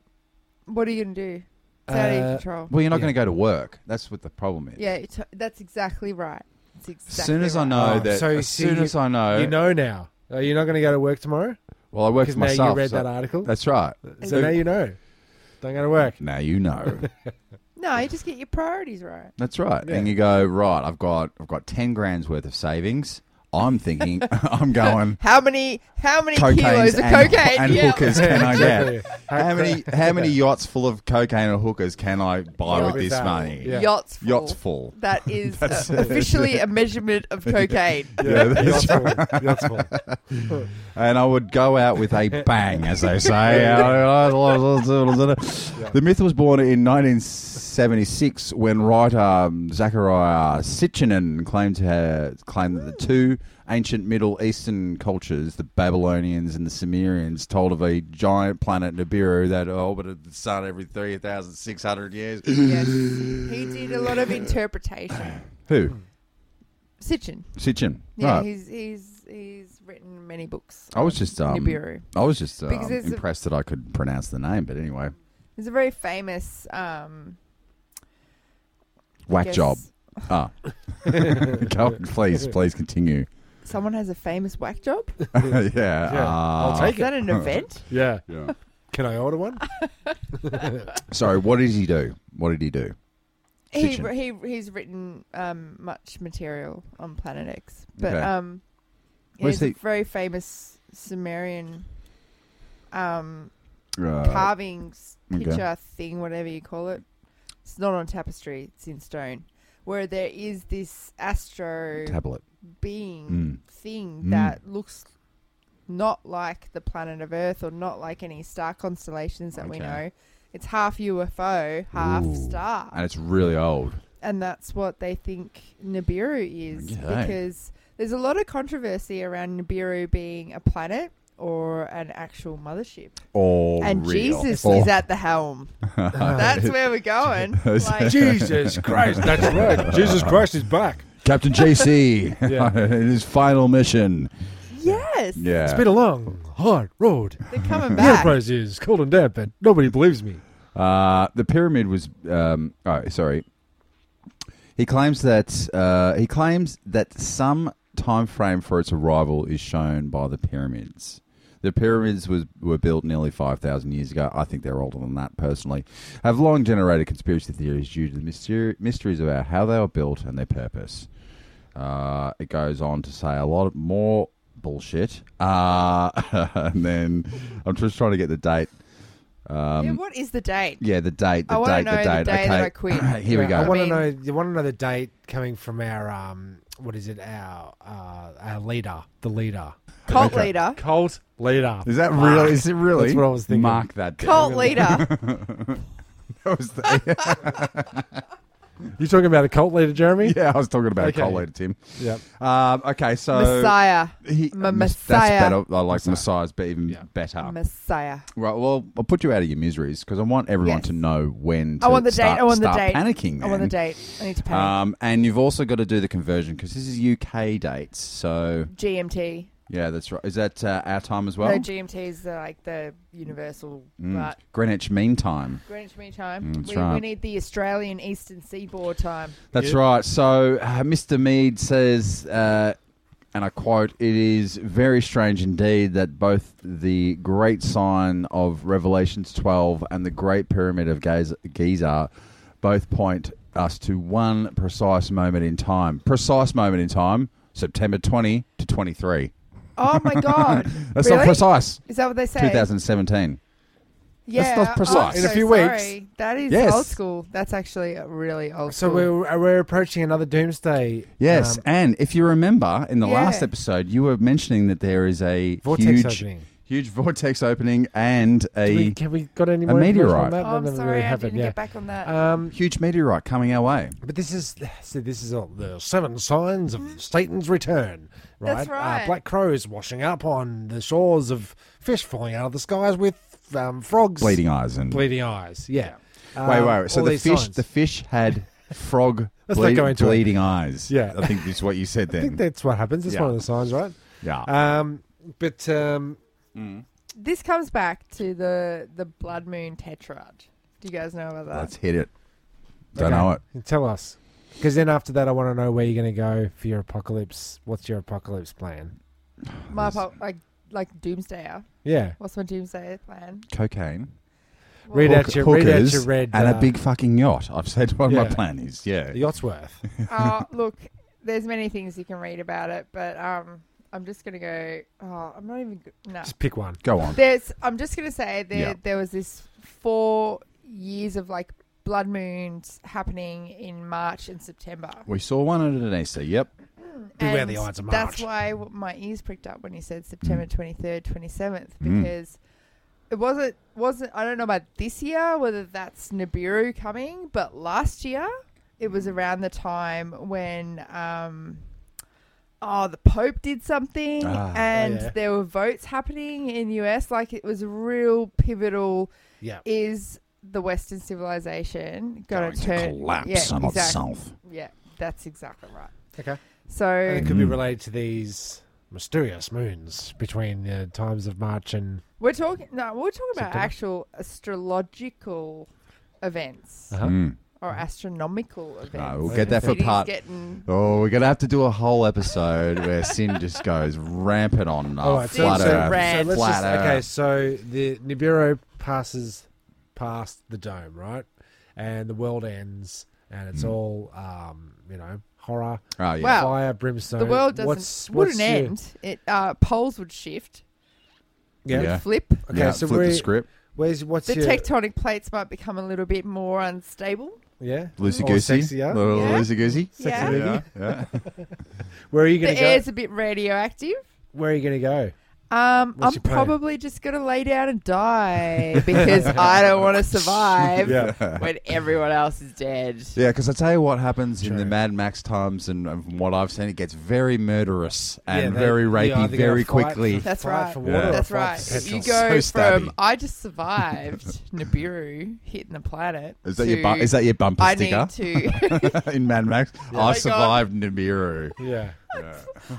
[SPEAKER 5] what are you gonna do? It's out of your
[SPEAKER 4] Uh,
[SPEAKER 5] control.
[SPEAKER 3] Well, you're not
[SPEAKER 4] Yeah.
[SPEAKER 3] going to go to work. That's what the problem is.
[SPEAKER 5] Yeah, it's, that's exactly right. It's
[SPEAKER 3] As
[SPEAKER 5] exactly
[SPEAKER 3] soon as I
[SPEAKER 5] right.
[SPEAKER 3] know
[SPEAKER 4] Oh,
[SPEAKER 3] that,
[SPEAKER 4] so you
[SPEAKER 3] as
[SPEAKER 4] see,
[SPEAKER 3] soon
[SPEAKER 4] you-
[SPEAKER 3] as I know,
[SPEAKER 4] you know now. Are you not going to go to work tomorrow?
[SPEAKER 3] well, I work
[SPEAKER 4] Because
[SPEAKER 3] for
[SPEAKER 4] now
[SPEAKER 3] myself.
[SPEAKER 4] you read
[SPEAKER 3] so-
[SPEAKER 4] that article.
[SPEAKER 3] That's right.
[SPEAKER 4] So now you know. Don't go to work.
[SPEAKER 3] Now you know.
[SPEAKER 5] No, you just get your priorities right.
[SPEAKER 3] That's right.
[SPEAKER 4] Yeah.
[SPEAKER 3] And you go right. I've got I've got ten grand's worth of savings. I'm thinking I'm going
[SPEAKER 5] How many? How many
[SPEAKER 3] cocaine
[SPEAKER 5] kilos of
[SPEAKER 3] and,
[SPEAKER 5] cocaine?
[SPEAKER 3] and
[SPEAKER 5] yeah.
[SPEAKER 3] hookers. Can I
[SPEAKER 4] Exactly.
[SPEAKER 3] get how many how many yachts full of cocaine and hookers can I buy
[SPEAKER 5] Yeah.
[SPEAKER 3] with this
[SPEAKER 4] With that.
[SPEAKER 3] money?
[SPEAKER 4] Yeah.
[SPEAKER 5] Yachts. Full.
[SPEAKER 3] Yachts full.
[SPEAKER 5] That is
[SPEAKER 3] That's
[SPEAKER 5] uh,
[SPEAKER 3] it.
[SPEAKER 5] officially a measurement of cocaine.
[SPEAKER 3] Yeah, that's
[SPEAKER 4] Yachtful. Yachtful.
[SPEAKER 3] and I would go out with a bang, as they say. the myth was born in 1976 when writer um, Zachariah Sitchinen claimed to have, claimed that the two ancient Middle Eastern cultures, the Babylonians and the Sumerians, told of a giant planet Nibiru that orbited the sun every 3,600 years.
[SPEAKER 5] yes, he did a lot of interpretation.
[SPEAKER 3] Who?
[SPEAKER 5] Sitchin.
[SPEAKER 3] Sitchin.
[SPEAKER 5] Yeah,
[SPEAKER 3] Right.
[SPEAKER 5] he's he's he's written many books.
[SPEAKER 3] I was just um,
[SPEAKER 5] Nibiru.
[SPEAKER 3] I was just um,
[SPEAKER 5] Because it's a-
[SPEAKER 3] impressed that I could pronounce the name, but anyway,
[SPEAKER 5] He's a very famous um, I
[SPEAKER 3] whack
[SPEAKER 5] guess
[SPEAKER 3] job. Ah. Go on, please, please continue.
[SPEAKER 5] Someone has a famous whack job.
[SPEAKER 3] yeah.
[SPEAKER 4] Yeah, I'll
[SPEAKER 3] uh,
[SPEAKER 4] take
[SPEAKER 5] Is that an event?
[SPEAKER 4] Yeah.
[SPEAKER 3] yeah.
[SPEAKER 4] Can I order one?
[SPEAKER 3] Sorry, what did he do? What did he do?
[SPEAKER 5] he,
[SPEAKER 3] Fiction.
[SPEAKER 5] he he's written um, much material on Planet X, but
[SPEAKER 3] Okay.
[SPEAKER 5] um,
[SPEAKER 3] Where's
[SPEAKER 5] he's a
[SPEAKER 3] the-
[SPEAKER 5] very famous Sumerian um,
[SPEAKER 3] Uh,
[SPEAKER 5] carvings,
[SPEAKER 3] okay.
[SPEAKER 5] picture thing, whatever you call it. It's not on tapestry; it's in stone. Where there is this astro
[SPEAKER 3] tablet.
[SPEAKER 5] being
[SPEAKER 3] Mm.
[SPEAKER 5] thing
[SPEAKER 3] Mm.
[SPEAKER 5] that looks not like the planet of Earth or not like any star constellations that we
[SPEAKER 3] Okay.
[SPEAKER 5] know. It's half UFO, half
[SPEAKER 3] Ooh.
[SPEAKER 5] star
[SPEAKER 3] And it's really old.
[SPEAKER 5] and that's what they think Nibiru is
[SPEAKER 3] Okay.
[SPEAKER 5] because there's a lot of controversy around Nibiru being a planet or an actual mothership.
[SPEAKER 3] Or
[SPEAKER 5] and
[SPEAKER 3] real.
[SPEAKER 5] Jesus
[SPEAKER 3] Or-
[SPEAKER 5] is at the helm. that's where we're going. Like,
[SPEAKER 4] Jesus Christ. That's right. Jesus Christ is back.
[SPEAKER 3] Captain JC
[SPEAKER 4] Yeah.
[SPEAKER 3] in his final mission.
[SPEAKER 5] yes,
[SPEAKER 3] Yeah.
[SPEAKER 4] It's been a long, hard road.
[SPEAKER 5] they're coming
[SPEAKER 4] The
[SPEAKER 5] back.
[SPEAKER 4] Enterprise is cold and damp, and nobody believes me.
[SPEAKER 3] Uh, the pyramid was. Um, oh, sorry. He claims that uh, he claims that some time frame for its arrival is shown by the pyramids. The pyramids was, were built nearly 5,000 years ago. I think they're older than that, personally. Have long generated conspiracy theories due to the myster- mysteries about how they were built and their purpose. Uh, it goes on to say a lot of more bullshit. Uh, and then I'm just trying to get the date. Um,
[SPEAKER 5] yeah, what is the date?
[SPEAKER 3] yeah, the date, the
[SPEAKER 5] I wanna
[SPEAKER 3] date,
[SPEAKER 5] know
[SPEAKER 3] the
[SPEAKER 5] the
[SPEAKER 3] date.
[SPEAKER 5] day
[SPEAKER 3] okay.
[SPEAKER 5] that I quit.
[SPEAKER 3] Here we
[SPEAKER 4] Yeah, I
[SPEAKER 3] go.
[SPEAKER 5] want-
[SPEAKER 4] want
[SPEAKER 5] I
[SPEAKER 4] to
[SPEAKER 5] mean-
[SPEAKER 4] know. You want to know the date coming from our um, what is it? Our uh, our leader, the leader,
[SPEAKER 5] Cult leader.
[SPEAKER 4] cult leader.
[SPEAKER 3] Is that real? Is it really?
[SPEAKER 4] That's what I was thinking.
[SPEAKER 3] Mark that. down.
[SPEAKER 5] Cult leader.
[SPEAKER 3] That was the-
[SPEAKER 4] You talking about a cult leader, Jeremy?
[SPEAKER 3] yeah, I was talking about
[SPEAKER 4] Okay.
[SPEAKER 3] cult leader Tim.
[SPEAKER 4] Yeah.
[SPEAKER 3] Um, okay, so
[SPEAKER 5] Messiah.
[SPEAKER 3] He,
[SPEAKER 5] M-
[SPEAKER 3] Mes-
[SPEAKER 5] Messiah.
[SPEAKER 3] That's better. I like Messiah's, but even
[SPEAKER 4] Yeah.
[SPEAKER 3] better.
[SPEAKER 5] Messiah.
[SPEAKER 3] right. Well, I'll put you out of your miseries because I want everyone
[SPEAKER 5] Yes.
[SPEAKER 3] to know when. To
[SPEAKER 5] I want the
[SPEAKER 3] start,
[SPEAKER 5] date. I want the
[SPEAKER 3] start
[SPEAKER 5] date.
[SPEAKER 3] Panicking.
[SPEAKER 5] I want the
[SPEAKER 3] man.
[SPEAKER 5] date. I need to panic.
[SPEAKER 3] Um, and you've also got to do the conversion because this is UK dates. So
[SPEAKER 5] GMT.
[SPEAKER 3] yeah, that's right. Is that uh, our time as well?
[SPEAKER 5] no, GMT is the, like the universal,
[SPEAKER 3] Mm.
[SPEAKER 5] but
[SPEAKER 3] Greenwich Mean Time.
[SPEAKER 5] Greenwich Mean Time.
[SPEAKER 3] Mm, that's
[SPEAKER 5] we,
[SPEAKER 3] right.
[SPEAKER 5] we need the Australian Eastern Seaboard time.
[SPEAKER 3] That's
[SPEAKER 4] Yeah.
[SPEAKER 3] right. So uh, Mr. Mead says, uh, and I quote, it is very strange indeed that both the great sign of Revelations 12 and the great pyramid of Giza, Giza both point us to one precise moment in time. Precise moment in time, September 20 to 23.
[SPEAKER 5] Oh my god!
[SPEAKER 3] That's
[SPEAKER 5] really?
[SPEAKER 3] not precise.
[SPEAKER 5] Is that what they say?
[SPEAKER 3] 2017.
[SPEAKER 5] Yeah,
[SPEAKER 3] That's not
[SPEAKER 5] I'm
[SPEAKER 3] precise.
[SPEAKER 4] In a
[SPEAKER 5] so
[SPEAKER 4] few weeks.
[SPEAKER 5] sorry. That is
[SPEAKER 3] Yes.
[SPEAKER 5] old school. That's actually really old
[SPEAKER 4] So
[SPEAKER 5] school.
[SPEAKER 4] we're uh, we're approaching another doomsday.
[SPEAKER 3] Yes,
[SPEAKER 4] um,
[SPEAKER 3] and if you remember in the
[SPEAKER 5] Yeah.
[SPEAKER 3] last episode, you were mentioning that there is a
[SPEAKER 4] vortex
[SPEAKER 3] huge,
[SPEAKER 4] opening.
[SPEAKER 3] huge vortex opening and
[SPEAKER 4] Do
[SPEAKER 3] a
[SPEAKER 4] we, have we got any
[SPEAKER 3] a
[SPEAKER 4] more information
[SPEAKER 3] meteorite.
[SPEAKER 4] on that?
[SPEAKER 5] oh, I'm
[SPEAKER 4] That never
[SPEAKER 5] sorry,
[SPEAKER 4] really
[SPEAKER 5] I
[SPEAKER 4] happened,
[SPEAKER 5] didn't
[SPEAKER 4] yeah.
[SPEAKER 5] get back on that.
[SPEAKER 4] Um,
[SPEAKER 3] huge meteorite coming our way.
[SPEAKER 4] but this is so. This is all the seven signs of Satan's return, right?
[SPEAKER 5] Mm-hmm. That's
[SPEAKER 4] Uh,
[SPEAKER 5] right.
[SPEAKER 4] black crows washing up on the shores of fish falling out of the skies with um, frogs
[SPEAKER 3] Bleeding eyes and
[SPEAKER 4] bleeding eyes. Yeah.
[SPEAKER 3] wait,
[SPEAKER 4] Um,
[SPEAKER 3] wait, wait. So
[SPEAKER 4] all
[SPEAKER 3] the
[SPEAKER 4] these
[SPEAKER 3] fish,
[SPEAKER 4] signs.
[SPEAKER 3] the fish had frog
[SPEAKER 4] Let's not
[SPEAKER 3] bleed-
[SPEAKER 4] go into it.
[SPEAKER 3] bleeding eyes.
[SPEAKER 4] Yeah.
[SPEAKER 3] I think is what you said
[SPEAKER 4] I
[SPEAKER 3] then.
[SPEAKER 4] think that's what happens. That's
[SPEAKER 3] Yeah.
[SPEAKER 4] one of the signs, right?
[SPEAKER 3] yeah.
[SPEAKER 4] Um, but um,
[SPEAKER 5] This comes back to the the blood moon tetrad. Do you guys know about that?
[SPEAKER 3] Let's hit it. Don't
[SPEAKER 4] okay,
[SPEAKER 3] know it.
[SPEAKER 4] Tell us, because then after that, I want to know where you're going to go for your apocalypse. What's your apocalypse plan?
[SPEAKER 5] My po- like like doomsdayer.
[SPEAKER 4] Yeah,
[SPEAKER 5] What's my doomsday plan?
[SPEAKER 3] Cocaine,
[SPEAKER 4] Read out your- read out
[SPEAKER 3] hookers,
[SPEAKER 4] your red,
[SPEAKER 3] and
[SPEAKER 4] uh,
[SPEAKER 3] a big fucking yacht. I've said what my
[SPEAKER 4] Yeah.
[SPEAKER 3] plan is. Yeah.
[SPEAKER 4] the yacht's worth.
[SPEAKER 5] oh, look, there's many things you can read about it, but um, I'm just gonna go. Oh, I'm not even. go- No,
[SPEAKER 4] Just pick one.
[SPEAKER 3] Go on.
[SPEAKER 5] there's. I'm just gonna say there
[SPEAKER 3] Yeah.
[SPEAKER 5] there was this four years of like blood moons happening in March and September.
[SPEAKER 3] We saw one at an AC. Yep.
[SPEAKER 4] Beware
[SPEAKER 5] And
[SPEAKER 4] the Ides of
[SPEAKER 5] That's
[SPEAKER 4] March.
[SPEAKER 5] why w- my ears pricked up when he said September twenty third, twenty seventh,
[SPEAKER 3] Mm.
[SPEAKER 5] because it wasn't wasn't. I don't know about this year whether that's Nibiru coming, but last year it was around the time when. Um, Oh, the Pope did something,
[SPEAKER 3] Ah. Oh,
[SPEAKER 5] and
[SPEAKER 4] yeah.
[SPEAKER 5] there were votes happening in US. Like it was a real pivotal.
[SPEAKER 4] Yeah.
[SPEAKER 5] Is the Western civilization going
[SPEAKER 3] Going
[SPEAKER 5] to
[SPEAKER 3] to
[SPEAKER 5] turn?
[SPEAKER 3] collapse
[SPEAKER 5] yeah,
[SPEAKER 3] on
[SPEAKER 5] exact-
[SPEAKER 3] itself.
[SPEAKER 5] Yeah, that's exactly right.
[SPEAKER 4] Okay.
[SPEAKER 5] So
[SPEAKER 4] And it could
[SPEAKER 3] Mm.
[SPEAKER 4] be related to these mysterious moons between the times of March and.
[SPEAKER 5] We're talking no, we're talking about
[SPEAKER 4] September?
[SPEAKER 5] actual astrological events
[SPEAKER 4] Uh-huh.
[SPEAKER 3] Mm.
[SPEAKER 5] or astronomical events.
[SPEAKER 3] we'll get that
[SPEAKER 5] So
[SPEAKER 3] for
[SPEAKER 5] it is
[SPEAKER 3] part-
[SPEAKER 5] Getting,
[SPEAKER 3] Oh, we're gonna have to do a whole episode where Sin just goes rampant on uh,
[SPEAKER 4] All right, so,
[SPEAKER 3] flat
[SPEAKER 4] so,
[SPEAKER 3] Earth.
[SPEAKER 4] so
[SPEAKER 5] Red.
[SPEAKER 4] let's
[SPEAKER 3] Flat
[SPEAKER 4] just, okay.
[SPEAKER 3] Earth.
[SPEAKER 4] So the Nibiru passes past the dome, right? And the world ends, and it's all um, you know horror,
[SPEAKER 3] Oh, Mm. yeah.
[SPEAKER 5] Wow.
[SPEAKER 4] fire, brimstone.
[SPEAKER 5] the world doesn't
[SPEAKER 4] What's,
[SPEAKER 5] wouldn't
[SPEAKER 4] what's your-
[SPEAKER 5] end. It uh, poles would shift,
[SPEAKER 4] Yeah.
[SPEAKER 3] Yeah.
[SPEAKER 5] flip.
[SPEAKER 4] Okay.
[SPEAKER 3] yeah,
[SPEAKER 4] so
[SPEAKER 3] flip
[SPEAKER 4] where,
[SPEAKER 3] the script.
[SPEAKER 4] where's what's
[SPEAKER 5] The
[SPEAKER 4] your
[SPEAKER 5] tectonic plates might become a little bit more unstable.
[SPEAKER 4] yeah?
[SPEAKER 3] Loosey
[SPEAKER 4] Or
[SPEAKER 3] goosey.
[SPEAKER 4] sexier.
[SPEAKER 3] Little
[SPEAKER 5] Yeah.
[SPEAKER 3] loosey goosey.
[SPEAKER 5] Yeah.
[SPEAKER 3] Yeah. yeah.
[SPEAKER 4] Where are you going
[SPEAKER 5] The
[SPEAKER 4] to go?
[SPEAKER 5] air's a bit radioactive.
[SPEAKER 4] Where are you going to go?
[SPEAKER 5] Um,
[SPEAKER 4] What's your
[SPEAKER 5] I'm
[SPEAKER 4] plan?
[SPEAKER 5] probably just gonna lay down and die because I don't want to survive
[SPEAKER 4] Yeah.
[SPEAKER 5] when everyone else is dead.
[SPEAKER 3] Yeah, because I tell you what happens in the
[SPEAKER 4] True.
[SPEAKER 3] Mad Max times, and and from what I've seen, it gets very murderous and
[SPEAKER 4] Yeah, they-
[SPEAKER 3] very
[SPEAKER 4] yeah,
[SPEAKER 3] rapey
[SPEAKER 4] they're gonna
[SPEAKER 3] very
[SPEAKER 4] fight
[SPEAKER 3] quickly.
[SPEAKER 4] for-
[SPEAKER 5] That's
[SPEAKER 4] fight
[SPEAKER 5] right.
[SPEAKER 4] For water
[SPEAKER 3] Yeah.
[SPEAKER 4] or
[SPEAKER 5] That's
[SPEAKER 4] fight
[SPEAKER 5] right.
[SPEAKER 4] For petrol.
[SPEAKER 5] You go
[SPEAKER 3] So stabby.
[SPEAKER 5] from I just survived Nibiru hitting the planet.
[SPEAKER 3] Is that
[SPEAKER 5] to,
[SPEAKER 3] your bu- is that your bumper
[SPEAKER 5] I
[SPEAKER 3] sticker
[SPEAKER 5] need to.
[SPEAKER 3] in Mad Max? I
[SPEAKER 5] Oh my
[SPEAKER 3] survived Nibiru.
[SPEAKER 4] yeah.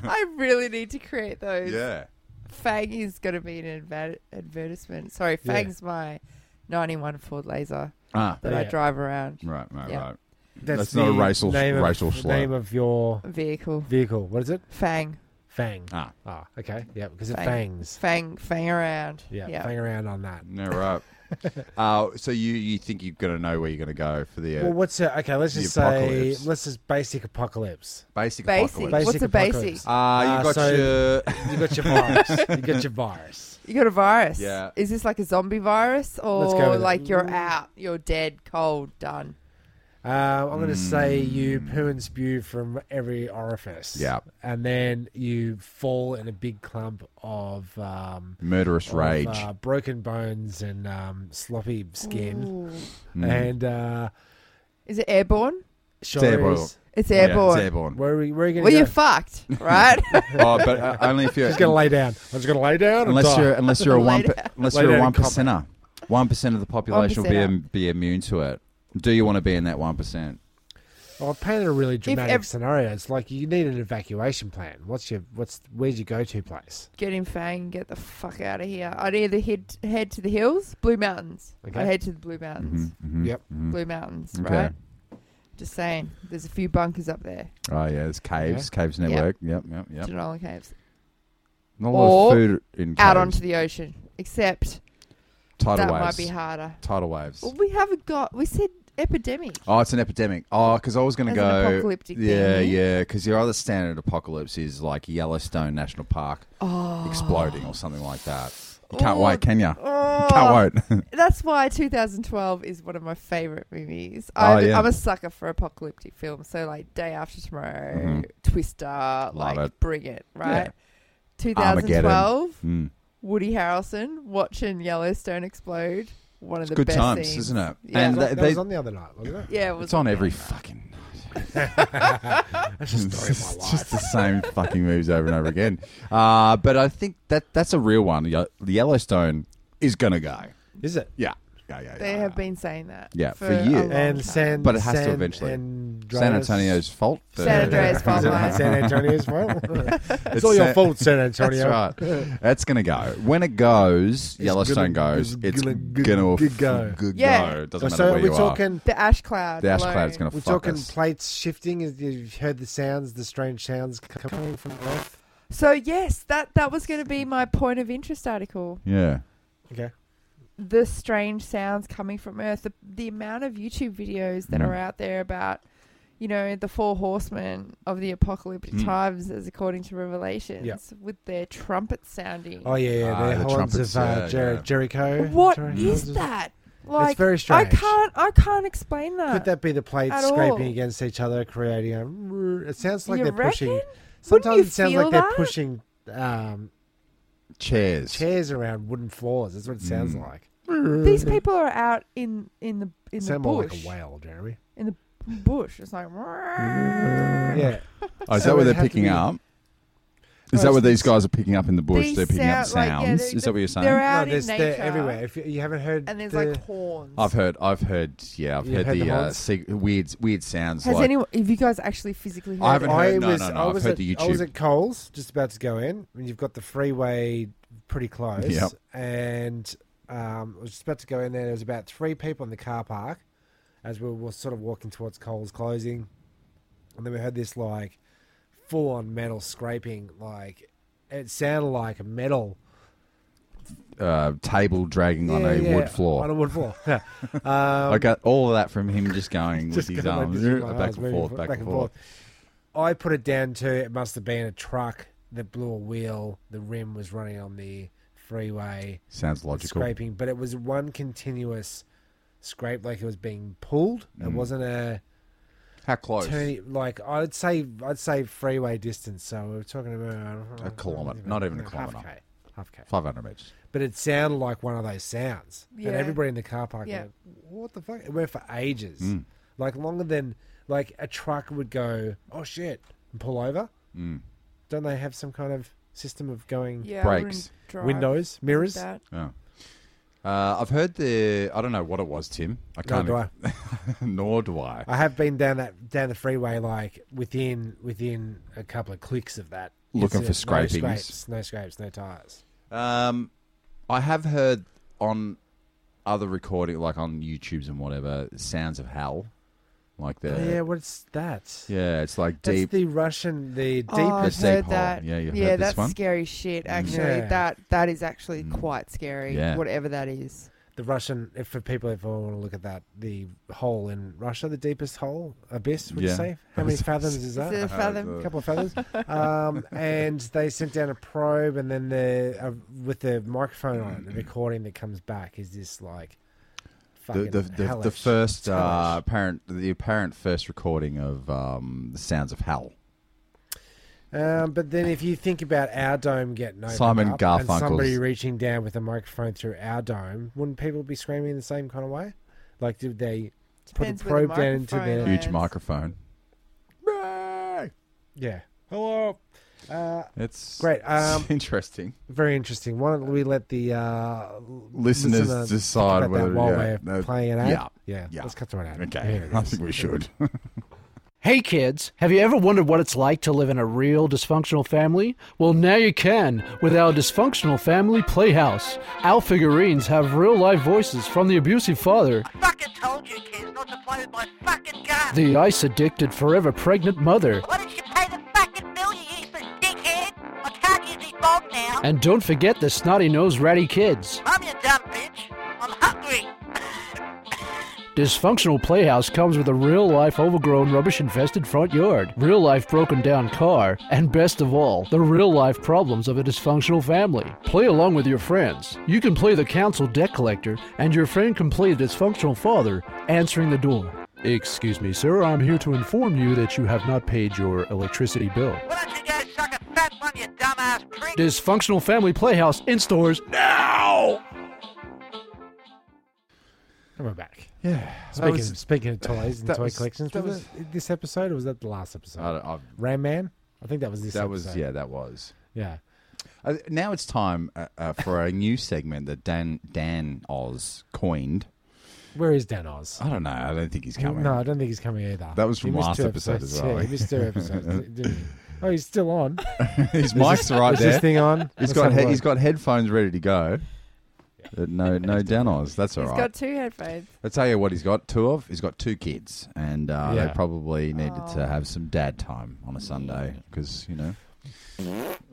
[SPEAKER 5] I really need to create those.
[SPEAKER 3] Yeah,
[SPEAKER 5] Fang is going to be an adver- advertisement. Sorry,
[SPEAKER 4] Yeah.
[SPEAKER 5] Fang's my ninety-one Ford Laser
[SPEAKER 3] ah,
[SPEAKER 5] that I
[SPEAKER 4] Yeah.
[SPEAKER 5] drive around.
[SPEAKER 3] right, right,
[SPEAKER 5] Yeah.
[SPEAKER 3] right. That's
[SPEAKER 4] That's,
[SPEAKER 3] not a
[SPEAKER 4] the
[SPEAKER 3] racial-
[SPEAKER 4] name of,
[SPEAKER 3] racial slur.
[SPEAKER 4] Name of your
[SPEAKER 5] Vehicle
[SPEAKER 4] vehicle. What is it?
[SPEAKER 5] Fang,
[SPEAKER 4] Fang.
[SPEAKER 3] Ah,
[SPEAKER 4] Ah, okay. Yeah, because it
[SPEAKER 5] Fang.
[SPEAKER 4] fangs.
[SPEAKER 5] Fang, Fang around.
[SPEAKER 4] Yeah, fang around on that.
[SPEAKER 3] no, right. uh, so you you think you're gonna know where you're gonna go for the uh,
[SPEAKER 4] Well, what's a, okay? Let's
[SPEAKER 3] The
[SPEAKER 4] just
[SPEAKER 3] apocalypse.
[SPEAKER 4] say let's just basic apocalypse.
[SPEAKER 3] basic
[SPEAKER 5] Basic.
[SPEAKER 3] apocalypse?
[SPEAKER 4] Basic
[SPEAKER 5] What's a basic?
[SPEAKER 4] apocalypse.
[SPEAKER 3] Uh, you
[SPEAKER 4] Uh,
[SPEAKER 3] got
[SPEAKER 4] so-
[SPEAKER 3] your
[SPEAKER 4] You got your virus. you got your virus.
[SPEAKER 5] You got a virus.
[SPEAKER 3] Yeah.
[SPEAKER 5] Is this like a zombie virus
[SPEAKER 4] Let's go
[SPEAKER 5] or
[SPEAKER 4] with it.
[SPEAKER 5] like you're out, you're dead, cold, done?
[SPEAKER 4] Um, I'm
[SPEAKER 3] Mm.
[SPEAKER 4] going to say you poo and spew from every orifice.
[SPEAKER 3] Yeah.
[SPEAKER 4] and then you fall in a big clump of um,
[SPEAKER 3] murderous
[SPEAKER 4] of,
[SPEAKER 3] rage.
[SPEAKER 4] uh, broken bones, and um, sloppy skin,
[SPEAKER 5] Ooh.
[SPEAKER 3] Mm.
[SPEAKER 4] and uh,
[SPEAKER 5] Is it airborne?
[SPEAKER 3] airborne.
[SPEAKER 4] shoulders.
[SPEAKER 5] It's
[SPEAKER 3] Oh, Yeah,
[SPEAKER 5] airborne.
[SPEAKER 3] it's airborne.
[SPEAKER 4] Where are we? Where are you going
[SPEAKER 5] Well,
[SPEAKER 4] to
[SPEAKER 5] you're
[SPEAKER 4] go?
[SPEAKER 5] fucked, right?
[SPEAKER 3] oh, but uh, only if you're
[SPEAKER 4] I'm just going to lay down. I'm just going to lay down. and
[SPEAKER 3] unless
[SPEAKER 4] die.
[SPEAKER 3] you're unless you're a one
[SPEAKER 5] Later.
[SPEAKER 3] per- unless
[SPEAKER 4] Later
[SPEAKER 3] you're a
[SPEAKER 4] in
[SPEAKER 3] one
[SPEAKER 4] combat.
[SPEAKER 3] percenter. One percent of the population will be
[SPEAKER 5] percenter.
[SPEAKER 3] im- be immune to it. Do you want to be in that one percent?
[SPEAKER 4] Well, I painted a really dramatic
[SPEAKER 5] ev-
[SPEAKER 4] scenario. It's like you need an evacuation plan. What's your what's where's your go to place?
[SPEAKER 5] get in Fang, get the fuck out of here. I'd either head head to the hills, Blue Mountains.
[SPEAKER 4] Okay.
[SPEAKER 5] I'd head to the Blue
[SPEAKER 3] Mm-hmm,
[SPEAKER 5] Mountains.
[SPEAKER 4] Yep.
[SPEAKER 5] Blue Mountains,
[SPEAKER 3] Okay.
[SPEAKER 5] right? Just saying. There's a few bunkers up there.
[SPEAKER 3] Oh yeah, there's caves, caves
[SPEAKER 5] Yeah.
[SPEAKER 3] network. Yep, yep, yep.
[SPEAKER 5] Janola Caves.
[SPEAKER 3] Not a lot
[SPEAKER 5] Or
[SPEAKER 3] of food in caves.
[SPEAKER 5] Out onto the ocean. Except
[SPEAKER 3] tidal
[SPEAKER 5] that might
[SPEAKER 3] waves.
[SPEAKER 5] be harder.
[SPEAKER 3] Tidal waves.
[SPEAKER 5] Well, we haven't got we said epidemic.
[SPEAKER 3] Oh, it's an epidemic. Oh, because I was going to
[SPEAKER 5] As
[SPEAKER 3] go.
[SPEAKER 5] an apocalyptic thing,
[SPEAKER 3] yeah,
[SPEAKER 5] eh? yeah?
[SPEAKER 3] yeah. Because your other standard apocalypse is like Yellowstone National Park exploding or something like that. You can't
[SPEAKER 5] Oh.
[SPEAKER 3] wait, can you?
[SPEAKER 5] Oh,
[SPEAKER 3] Can't wait.
[SPEAKER 5] That's why 2012 is one of my favorite movies.
[SPEAKER 3] Oh,
[SPEAKER 5] I'm,
[SPEAKER 3] yeah.
[SPEAKER 5] I'm a sucker for apocalyptic films. So like Day After Tomorrow, Twister, like
[SPEAKER 3] Mm-hmm. it.
[SPEAKER 5] bring it, right?
[SPEAKER 3] Yeah.
[SPEAKER 5] 2012,
[SPEAKER 3] Mm.
[SPEAKER 5] Woody Harrelson watching Yellowstone explode. One of
[SPEAKER 3] It's
[SPEAKER 5] the
[SPEAKER 3] good
[SPEAKER 5] best
[SPEAKER 3] times,
[SPEAKER 5] scenes.
[SPEAKER 3] isn't it?
[SPEAKER 5] Yeah.
[SPEAKER 3] And
[SPEAKER 4] That,
[SPEAKER 3] Uh, they,
[SPEAKER 4] that
[SPEAKER 3] they,
[SPEAKER 4] was on the other night, wasn't it?
[SPEAKER 5] Yeah, it was
[SPEAKER 3] it's on every fucking
[SPEAKER 4] That's the story of my
[SPEAKER 3] It's
[SPEAKER 4] life.
[SPEAKER 3] just the same fucking moves over and over again. Uh, but I think that that's a real one. Ye- Yellowstone is gonna go.
[SPEAKER 4] Is it?
[SPEAKER 3] Yeah, yeah, yeah.
[SPEAKER 5] They
[SPEAKER 3] yeah,
[SPEAKER 5] have
[SPEAKER 3] yeah.
[SPEAKER 5] been saying that.
[SPEAKER 3] Yeah, for
[SPEAKER 5] a
[SPEAKER 3] years.
[SPEAKER 5] long
[SPEAKER 4] and
[SPEAKER 5] time.
[SPEAKER 4] San,
[SPEAKER 3] But it has to
[SPEAKER 4] San,
[SPEAKER 3] eventually.
[SPEAKER 4] Andreas-
[SPEAKER 3] San Antonio's fault. For
[SPEAKER 5] San Andreas fault, right.
[SPEAKER 4] San Antonio's fault.
[SPEAKER 3] It's
[SPEAKER 4] It's all your
[SPEAKER 3] San-
[SPEAKER 4] fault, San Antonio.
[SPEAKER 3] That's right. That's gonna go. When it goes, Yellowstone
[SPEAKER 4] gonna-
[SPEAKER 3] goes.
[SPEAKER 4] gonna-
[SPEAKER 3] It's
[SPEAKER 4] gonna-
[SPEAKER 3] gonna
[SPEAKER 4] gonna
[SPEAKER 3] f-
[SPEAKER 4] go.
[SPEAKER 3] good
[SPEAKER 5] Yeah.
[SPEAKER 3] go. It doesn't matter
[SPEAKER 4] so
[SPEAKER 3] where
[SPEAKER 4] we're
[SPEAKER 3] you are.
[SPEAKER 4] talking
[SPEAKER 5] the ash cloud.
[SPEAKER 3] The ash
[SPEAKER 5] alone.
[SPEAKER 3] cloud's gonna
[SPEAKER 4] we're
[SPEAKER 3] fuck
[SPEAKER 4] talking
[SPEAKER 3] us.
[SPEAKER 4] plates shifting. as You've heard the sounds, the strange sounds c- coming from the earth.
[SPEAKER 5] So yes, that that was going to be my point of interest article.
[SPEAKER 3] yeah.
[SPEAKER 4] Okay.
[SPEAKER 5] The strange sounds coming from Earth. The, the amount of YouTube videos that
[SPEAKER 3] Mm.
[SPEAKER 5] are out there about, you know, the four horsemen of the apocalyptic
[SPEAKER 3] Mm.
[SPEAKER 5] times, as according to Revelations, with their trumpets sounding.
[SPEAKER 4] Oh yeah, yeah
[SPEAKER 3] Ah,
[SPEAKER 4] the,
[SPEAKER 3] the
[SPEAKER 4] horns
[SPEAKER 3] trumpets,
[SPEAKER 4] of uh,
[SPEAKER 3] yeah,
[SPEAKER 4] Jer-
[SPEAKER 3] yeah.
[SPEAKER 4] Jericho.
[SPEAKER 5] What
[SPEAKER 4] Jericho horns
[SPEAKER 5] is
[SPEAKER 4] or-
[SPEAKER 5] that? Like,
[SPEAKER 4] very
[SPEAKER 5] I
[SPEAKER 4] strange.
[SPEAKER 5] can't, I can't explain that.
[SPEAKER 4] Could that be the plates
[SPEAKER 5] At
[SPEAKER 4] scraping
[SPEAKER 5] all.
[SPEAKER 4] against each other, creating a? It sounds like
[SPEAKER 5] You
[SPEAKER 4] they're pushing.
[SPEAKER 5] reckon?
[SPEAKER 4] Sometimes
[SPEAKER 5] you
[SPEAKER 4] it sounds
[SPEAKER 5] feel
[SPEAKER 4] like they're
[SPEAKER 5] that?
[SPEAKER 4] pushing um,
[SPEAKER 3] Chairs.
[SPEAKER 4] chairs around wooden floors. That's what it sounds
[SPEAKER 3] Mm.
[SPEAKER 4] like.
[SPEAKER 5] These people are out in in the in
[SPEAKER 4] It
[SPEAKER 5] the
[SPEAKER 4] sounds more like
[SPEAKER 5] bush.
[SPEAKER 4] a whale, Jeremy.
[SPEAKER 5] in the bush, it's like.
[SPEAKER 4] Yeah,
[SPEAKER 3] Oh, is
[SPEAKER 4] So
[SPEAKER 3] that what
[SPEAKER 4] it'd
[SPEAKER 3] they're
[SPEAKER 4] have to
[SPEAKER 3] picking
[SPEAKER 4] be-
[SPEAKER 3] up? Is
[SPEAKER 4] No,
[SPEAKER 3] that what
[SPEAKER 4] it's-
[SPEAKER 3] these guys are picking up in the bush?
[SPEAKER 5] These
[SPEAKER 3] They're picking up
[SPEAKER 5] sound- like, yeah,
[SPEAKER 3] sounds.
[SPEAKER 5] they're-
[SPEAKER 3] is that what you're saying?
[SPEAKER 5] They're out
[SPEAKER 4] no,
[SPEAKER 5] in
[SPEAKER 4] there's- they're
[SPEAKER 5] nature.
[SPEAKER 4] everywhere. If you, you haven't heard,
[SPEAKER 5] and there's
[SPEAKER 4] the,
[SPEAKER 5] like horns.
[SPEAKER 3] I've heard. I've heard. Yeah, I've
[SPEAKER 4] You've
[SPEAKER 3] heard,
[SPEAKER 4] heard
[SPEAKER 3] the,
[SPEAKER 4] the
[SPEAKER 3] uh,
[SPEAKER 4] horns?
[SPEAKER 3] sig- weird, weird sounds.
[SPEAKER 5] Has
[SPEAKER 3] like,
[SPEAKER 5] anyone? Have you guys actually physically heard?
[SPEAKER 3] I haven't
[SPEAKER 5] it?
[SPEAKER 3] heard.
[SPEAKER 4] I
[SPEAKER 3] no,
[SPEAKER 4] was,
[SPEAKER 3] no, no.
[SPEAKER 4] I
[SPEAKER 3] I've
[SPEAKER 4] was
[SPEAKER 3] heard
[SPEAKER 4] at,
[SPEAKER 3] the
[SPEAKER 4] I was
[SPEAKER 3] YouTube.
[SPEAKER 4] at Coles, just about to go in, and you've got the freeway pretty close.
[SPEAKER 3] Yep.
[SPEAKER 4] And um, I was just about to go in there. There was about three people in the car park as we were sort of walking towards Coles closing, and then we heard this like full-on metal scraping. Like it sounded like a metal
[SPEAKER 3] uh, table dragging on a
[SPEAKER 4] Yeah,
[SPEAKER 3] wood floor.
[SPEAKER 4] on a wood floor. Yeah. um,
[SPEAKER 3] I got all of that from him just going
[SPEAKER 4] Just
[SPEAKER 3] with his
[SPEAKER 4] going like
[SPEAKER 3] arms
[SPEAKER 4] this with my
[SPEAKER 3] back
[SPEAKER 4] arms
[SPEAKER 3] and
[SPEAKER 4] moving
[SPEAKER 3] forth, back and forth.
[SPEAKER 4] I put it down to it must have been a truck that blew a wheel. The rim was running on the freeway,
[SPEAKER 3] Sounds logical.
[SPEAKER 4] scraping, but it was one continuous scrape, like it was being pulled. It wasn't a
[SPEAKER 3] How Mm. close?
[SPEAKER 4] turn. Like I'd say, I'd say freeway distance. So we are talking about
[SPEAKER 3] A kilometre, not even a
[SPEAKER 4] Half
[SPEAKER 3] kilometre.
[SPEAKER 4] k, half k.
[SPEAKER 3] Five hundred meters.
[SPEAKER 4] But it sounded like one of those sounds,
[SPEAKER 5] Yeah.
[SPEAKER 4] and everybody in the car park
[SPEAKER 5] Yeah.
[SPEAKER 4] went, "What the fuck?" It went for ages,
[SPEAKER 3] Mm.
[SPEAKER 4] like longer than like a truck would go. Oh shit! And pull over.
[SPEAKER 3] Mm.
[SPEAKER 4] Don't they have some kind of system of going
[SPEAKER 5] yeah, I
[SPEAKER 3] Brakes.
[SPEAKER 5] wouldn't drive
[SPEAKER 4] windows,
[SPEAKER 5] like
[SPEAKER 4] mirrors?
[SPEAKER 5] that.
[SPEAKER 3] Yeah. Uh, I've heard the. I don't know what it was, Tim. I
[SPEAKER 4] No,
[SPEAKER 3] can't.
[SPEAKER 4] do I?
[SPEAKER 3] nor do I.
[SPEAKER 4] I have been down that down the freeway, like within within a couple of clicks of that.
[SPEAKER 3] Looking for
[SPEAKER 4] incident.
[SPEAKER 3] scrapings.
[SPEAKER 4] No scrapes, no scrapes, no tires.
[SPEAKER 3] Um, I have heard on other recording, like on YouTube's and whatever, sounds of hell, like the
[SPEAKER 4] Oh, yeah, what's that?
[SPEAKER 3] yeah, it's like
[SPEAKER 4] That's
[SPEAKER 3] deep.
[SPEAKER 4] the Russian, the deep.
[SPEAKER 5] Oh, I've
[SPEAKER 3] The deep
[SPEAKER 5] heard
[SPEAKER 3] hole.
[SPEAKER 5] that.
[SPEAKER 3] Yeah, you heard this
[SPEAKER 5] that's
[SPEAKER 3] one? Mm.
[SPEAKER 5] scary shit. Actually,
[SPEAKER 4] Yeah.
[SPEAKER 5] that that is actually quite scary.
[SPEAKER 3] Yeah.
[SPEAKER 5] Whatever that is.
[SPEAKER 4] the Russian, if for people if I want to look at that, the hole in Russia, the deepest hole, abyss, would
[SPEAKER 3] Yeah. Uh,
[SPEAKER 4] you say? How many fathoms is
[SPEAKER 5] Is it a
[SPEAKER 4] that?
[SPEAKER 5] fathom?
[SPEAKER 4] A couple of fathoms. um, and they sent down a probe, and then the uh, with the microphone on it, the recording that comes back is this like
[SPEAKER 3] the
[SPEAKER 4] fucking
[SPEAKER 3] the, the, the
[SPEAKER 4] hellish-
[SPEAKER 3] first
[SPEAKER 4] it's
[SPEAKER 3] uh,
[SPEAKER 4] hellish.
[SPEAKER 3] apparent the apparent first recording of um, the sounds of hell.
[SPEAKER 4] Um, but then if you think about our dome getting opened
[SPEAKER 3] Simon
[SPEAKER 4] up
[SPEAKER 3] Garfunkel's-
[SPEAKER 4] and somebody reaching down with a microphone through our dome, wouldn't people be screaming in the same kind of way? Like, did they put
[SPEAKER 5] Depends
[SPEAKER 4] the
[SPEAKER 5] where the
[SPEAKER 4] probe down into
[SPEAKER 5] microphone
[SPEAKER 4] the
[SPEAKER 5] lands.
[SPEAKER 3] Huge microphone.
[SPEAKER 4] Yeah. Hello. Uh,
[SPEAKER 3] It's
[SPEAKER 4] Great, um,
[SPEAKER 3] it's interesting.
[SPEAKER 4] very interesting. Why don't we let the uh,
[SPEAKER 3] Listeners
[SPEAKER 4] listener
[SPEAKER 3] decide
[SPEAKER 4] think about
[SPEAKER 3] whether-
[SPEAKER 4] that while
[SPEAKER 3] yeah,
[SPEAKER 4] we're
[SPEAKER 3] no,
[SPEAKER 4] playing an ad?
[SPEAKER 3] yeah,
[SPEAKER 4] yeah,
[SPEAKER 3] yeah.
[SPEAKER 4] Let's cut to an ad.
[SPEAKER 3] Okay,
[SPEAKER 4] Here it
[SPEAKER 3] I
[SPEAKER 4] is.
[SPEAKER 3] think we should.
[SPEAKER 6] Hey kids, have you ever wondered what it's like to live in a real dysfunctional family? Well, now you can with our dysfunctional family playhouse. Our figurines have real life voices from the abusive father,
[SPEAKER 7] fucking told you kids not to play with my fucking gun.
[SPEAKER 6] the ice addicted, forever pregnant mother,
[SPEAKER 7] Why didn't you pay the fucking bill, you useless dickhead? I can't use these bomb now.
[SPEAKER 6] and don't forget the snotty nosed ratty kids.
[SPEAKER 7] Mum, you dumb bitch. I'm hungry.
[SPEAKER 6] Dysfunctional Playhouse comes with a real life overgrown rubbish infested front yard, real life broken down car, and best of all, the real life problems of a dysfunctional family. Play along with your friends. You can play the council debt collector, and your friend can play the dysfunctional father answering the door. Excuse me, sir, I'm here to inform you that you have not paid your electricity bill.
[SPEAKER 7] Why don't you go suck a fat one, you dumbass prick?
[SPEAKER 6] Dysfunctional Family Playhouse in stores now!
[SPEAKER 4] And we're back.
[SPEAKER 3] yeah,
[SPEAKER 4] Speaking, of, speaking of toys and
[SPEAKER 3] that
[SPEAKER 4] toy
[SPEAKER 3] was-
[SPEAKER 4] collections,
[SPEAKER 3] that
[SPEAKER 4] was, it this episode or was that the last episode?
[SPEAKER 3] I don't- I've-
[SPEAKER 4] Ram Man? I think that was this
[SPEAKER 3] that
[SPEAKER 4] episode.
[SPEAKER 3] was yeah, that was.
[SPEAKER 4] Yeah.
[SPEAKER 3] Uh, now it's time uh, uh, for a new segment that Dan Dan Oz coined.
[SPEAKER 4] Where is Dan Oz?
[SPEAKER 3] I don't know. I don't think Oh, he's coming.
[SPEAKER 4] No, I don't think he's coming either.
[SPEAKER 3] That was
[SPEAKER 4] He
[SPEAKER 3] from
[SPEAKER 4] missed
[SPEAKER 3] last
[SPEAKER 4] two
[SPEAKER 3] episode
[SPEAKER 4] episodes.
[SPEAKER 3] as well.
[SPEAKER 4] Yeah, he missed two episodes, didn't he? Oh, he's still on.
[SPEAKER 3] His mic's right
[SPEAKER 4] Is this
[SPEAKER 3] there.
[SPEAKER 4] thing on?
[SPEAKER 3] He's
[SPEAKER 4] Let's
[SPEAKER 3] got
[SPEAKER 4] have a
[SPEAKER 3] he-
[SPEAKER 4] look.
[SPEAKER 3] he's got headphones ready to go. But no, no Danos. That's all
[SPEAKER 5] He's
[SPEAKER 3] right.
[SPEAKER 5] got two headphones.
[SPEAKER 3] I tell you what he's got two of. He's got two kids, and uh,
[SPEAKER 4] Yeah.
[SPEAKER 3] they probably needed
[SPEAKER 5] Oh.
[SPEAKER 3] to have some dad time on a Sunday because you know.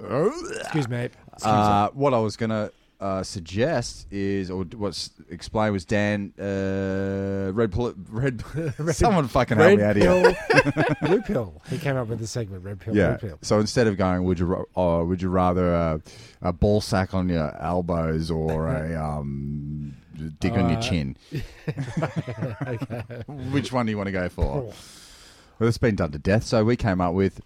[SPEAKER 5] Oh,
[SPEAKER 4] Excuse me.
[SPEAKER 3] Uh, what I was gonna uh, suggest is, or what's explained was Dan uh, Red Pill. Red, someone fucking help me out here.
[SPEAKER 4] pill, blue pill. He came up with the segment red pill,
[SPEAKER 3] Yeah.
[SPEAKER 4] blue pill.
[SPEAKER 3] So instead of going, would you ra- or would you rather uh, a ball sack on your elbows or a um, dick on your
[SPEAKER 4] Uh,
[SPEAKER 3] chin?
[SPEAKER 4] okay.
[SPEAKER 3] Which one do you want to go for? Well, it's been done to death, so we came up with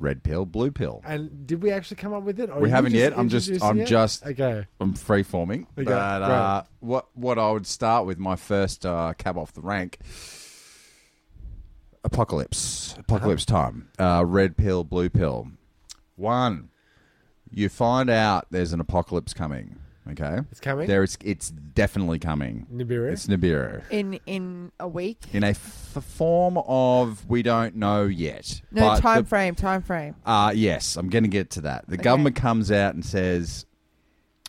[SPEAKER 3] red pill, blue pill.
[SPEAKER 4] And did we actually come up with it? Or
[SPEAKER 3] We
[SPEAKER 4] are you
[SPEAKER 3] haven't yet. I'm just-
[SPEAKER 4] introducing
[SPEAKER 3] I'm
[SPEAKER 4] it?
[SPEAKER 3] just-
[SPEAKER 4] okay.
[SPEAKER 3] I'm free forming,
[SPEAKER 4] Okay,
[SPEAKER 3] but uh,
[SPEAKER 4] right.
[SPEAKER 3] what what I would start with my first uh, cab off the rank. Apocalypse, apocalypse time. Uh, red pill, blue pill. One, you find out there's an apocalypse coming. Okay,
[SPEAKER 4] It's coming?
[SPEAKER 3] There, it's it's definitely coming.
[SPEAKER 4] Nibiru?
[SPEAKER 3] It's Nibiru
[SPEAKER 5] In in a week.
[SPEAKER 3] in a f- form of we don't know yet.
[SPEAKER 5] No
[SPEAKER 3] but the-
[SPEAKER 5] time frame. Time frame.
[SPEAKER 3] Uh, yes, I'm going to get to that. The government comes out and says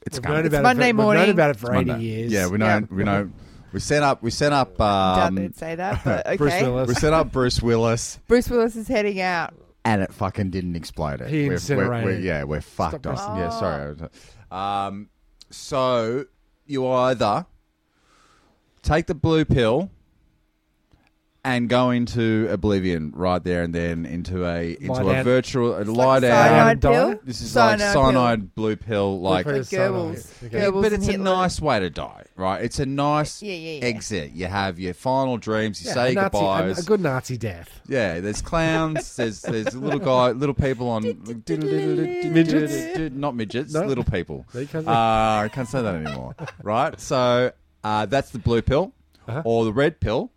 [SPEAKER 3] it's
[SPEAKER 4] We've
[SPEAKER 3] coming.
[SPEAKER 4] known about it
[SPEAKER 5] Monday
[SPEAKER 4] for, We've known
[SPEAKER 5] morning.
[SPEAKER 4] about it for
[SPEAKER 3] It's
[SPEAKER 4] 80
[SPEAKER 3] Monday.
[SPEAKER 4] years.
[SPEAKER 3] Yeah, we know.
[SPEAKER 5] Yeah.
[SPEAKER 3] We know. We set up. We set up.
[SPEAKER 5] Doubt
[SPEAKER 3] Um,
[SPEAKER 5] they'd say that, but okay.
[SPEAKER 4] Bruce Willis.
[SPEAKER 3] we set up Bruce Willis,
[SPEAKER 5] Bruce Willis is heading out.
[SPEAKER 3] and it fucking didn't explode. It.
[SPEAKER 4] He
[SPEAKER 3] We're- we're,
[SPEAKER 4] incinerated
[SPEAKER 3] we're-
[SPEAKER 4] it.
[SPEAKER 3] yeah, we're fucked
[SPEAKER 4] pressing
[SPEAKER 3] up. Yeah, sorry. Um, so you either take the blue pill and go into oblivion right there and then into a into a
[SPEAKER 4] down.
[SPEAKER 3] virtual a lie
[SPEAKER 5] like
[SPEAKER 3] down.
[SPEAKER 5] cyanide
[SPEAKER 4] Dying?
[SPEAKER 5] pill.
[SPEAKER 3] This is like
[SPEAKER 5] Cyanide pill.
[SPEAKER 3] cyanide blue pill, like
[SPEAKER 4] pill.
[SPEAKER 5] Like
[SPEAKER 4] It's cyanide.
[SPEAKER 5] Goebbels.
[SPEAKER 4] Okay.
[SPEAKER 5] Goebbels
[SPEAKER 3] but
[SPEAKER 5] and
[SPEAKER 3] it's a
[SPEAKER 5] Hitler.
[SPEAKER 3] nice way to die, right? It's a nice
[SPEAKER 5] Yeah, yeah, yeah.
[SPEAKER 3] exit. You have your final dreams. You
[SPEAKER 4] Yeah,
[SPEAKER 3] say
[SPEAKER 4] a Nazi,
[SPEAKER 3] goodbyes.
[SPEAKER 4] A, a good Nazi death.
[SPEAKER 3] yeah, there's clowns. there's there's little guy, little people on
[SPEAKER 4] Midgets?
[SPEAKER 3] Not midgets,
[SPEAKER 4] No.
[SPEAKER 3] little people.
[SPEAKER 4] No, you can't say-
[SPEAKER 3] Uh, I can't say that anymore, right? So uh, that's the blue pill,
[SPEAKER 4] Uh-huh.
[SPEAKER 3] or the red pill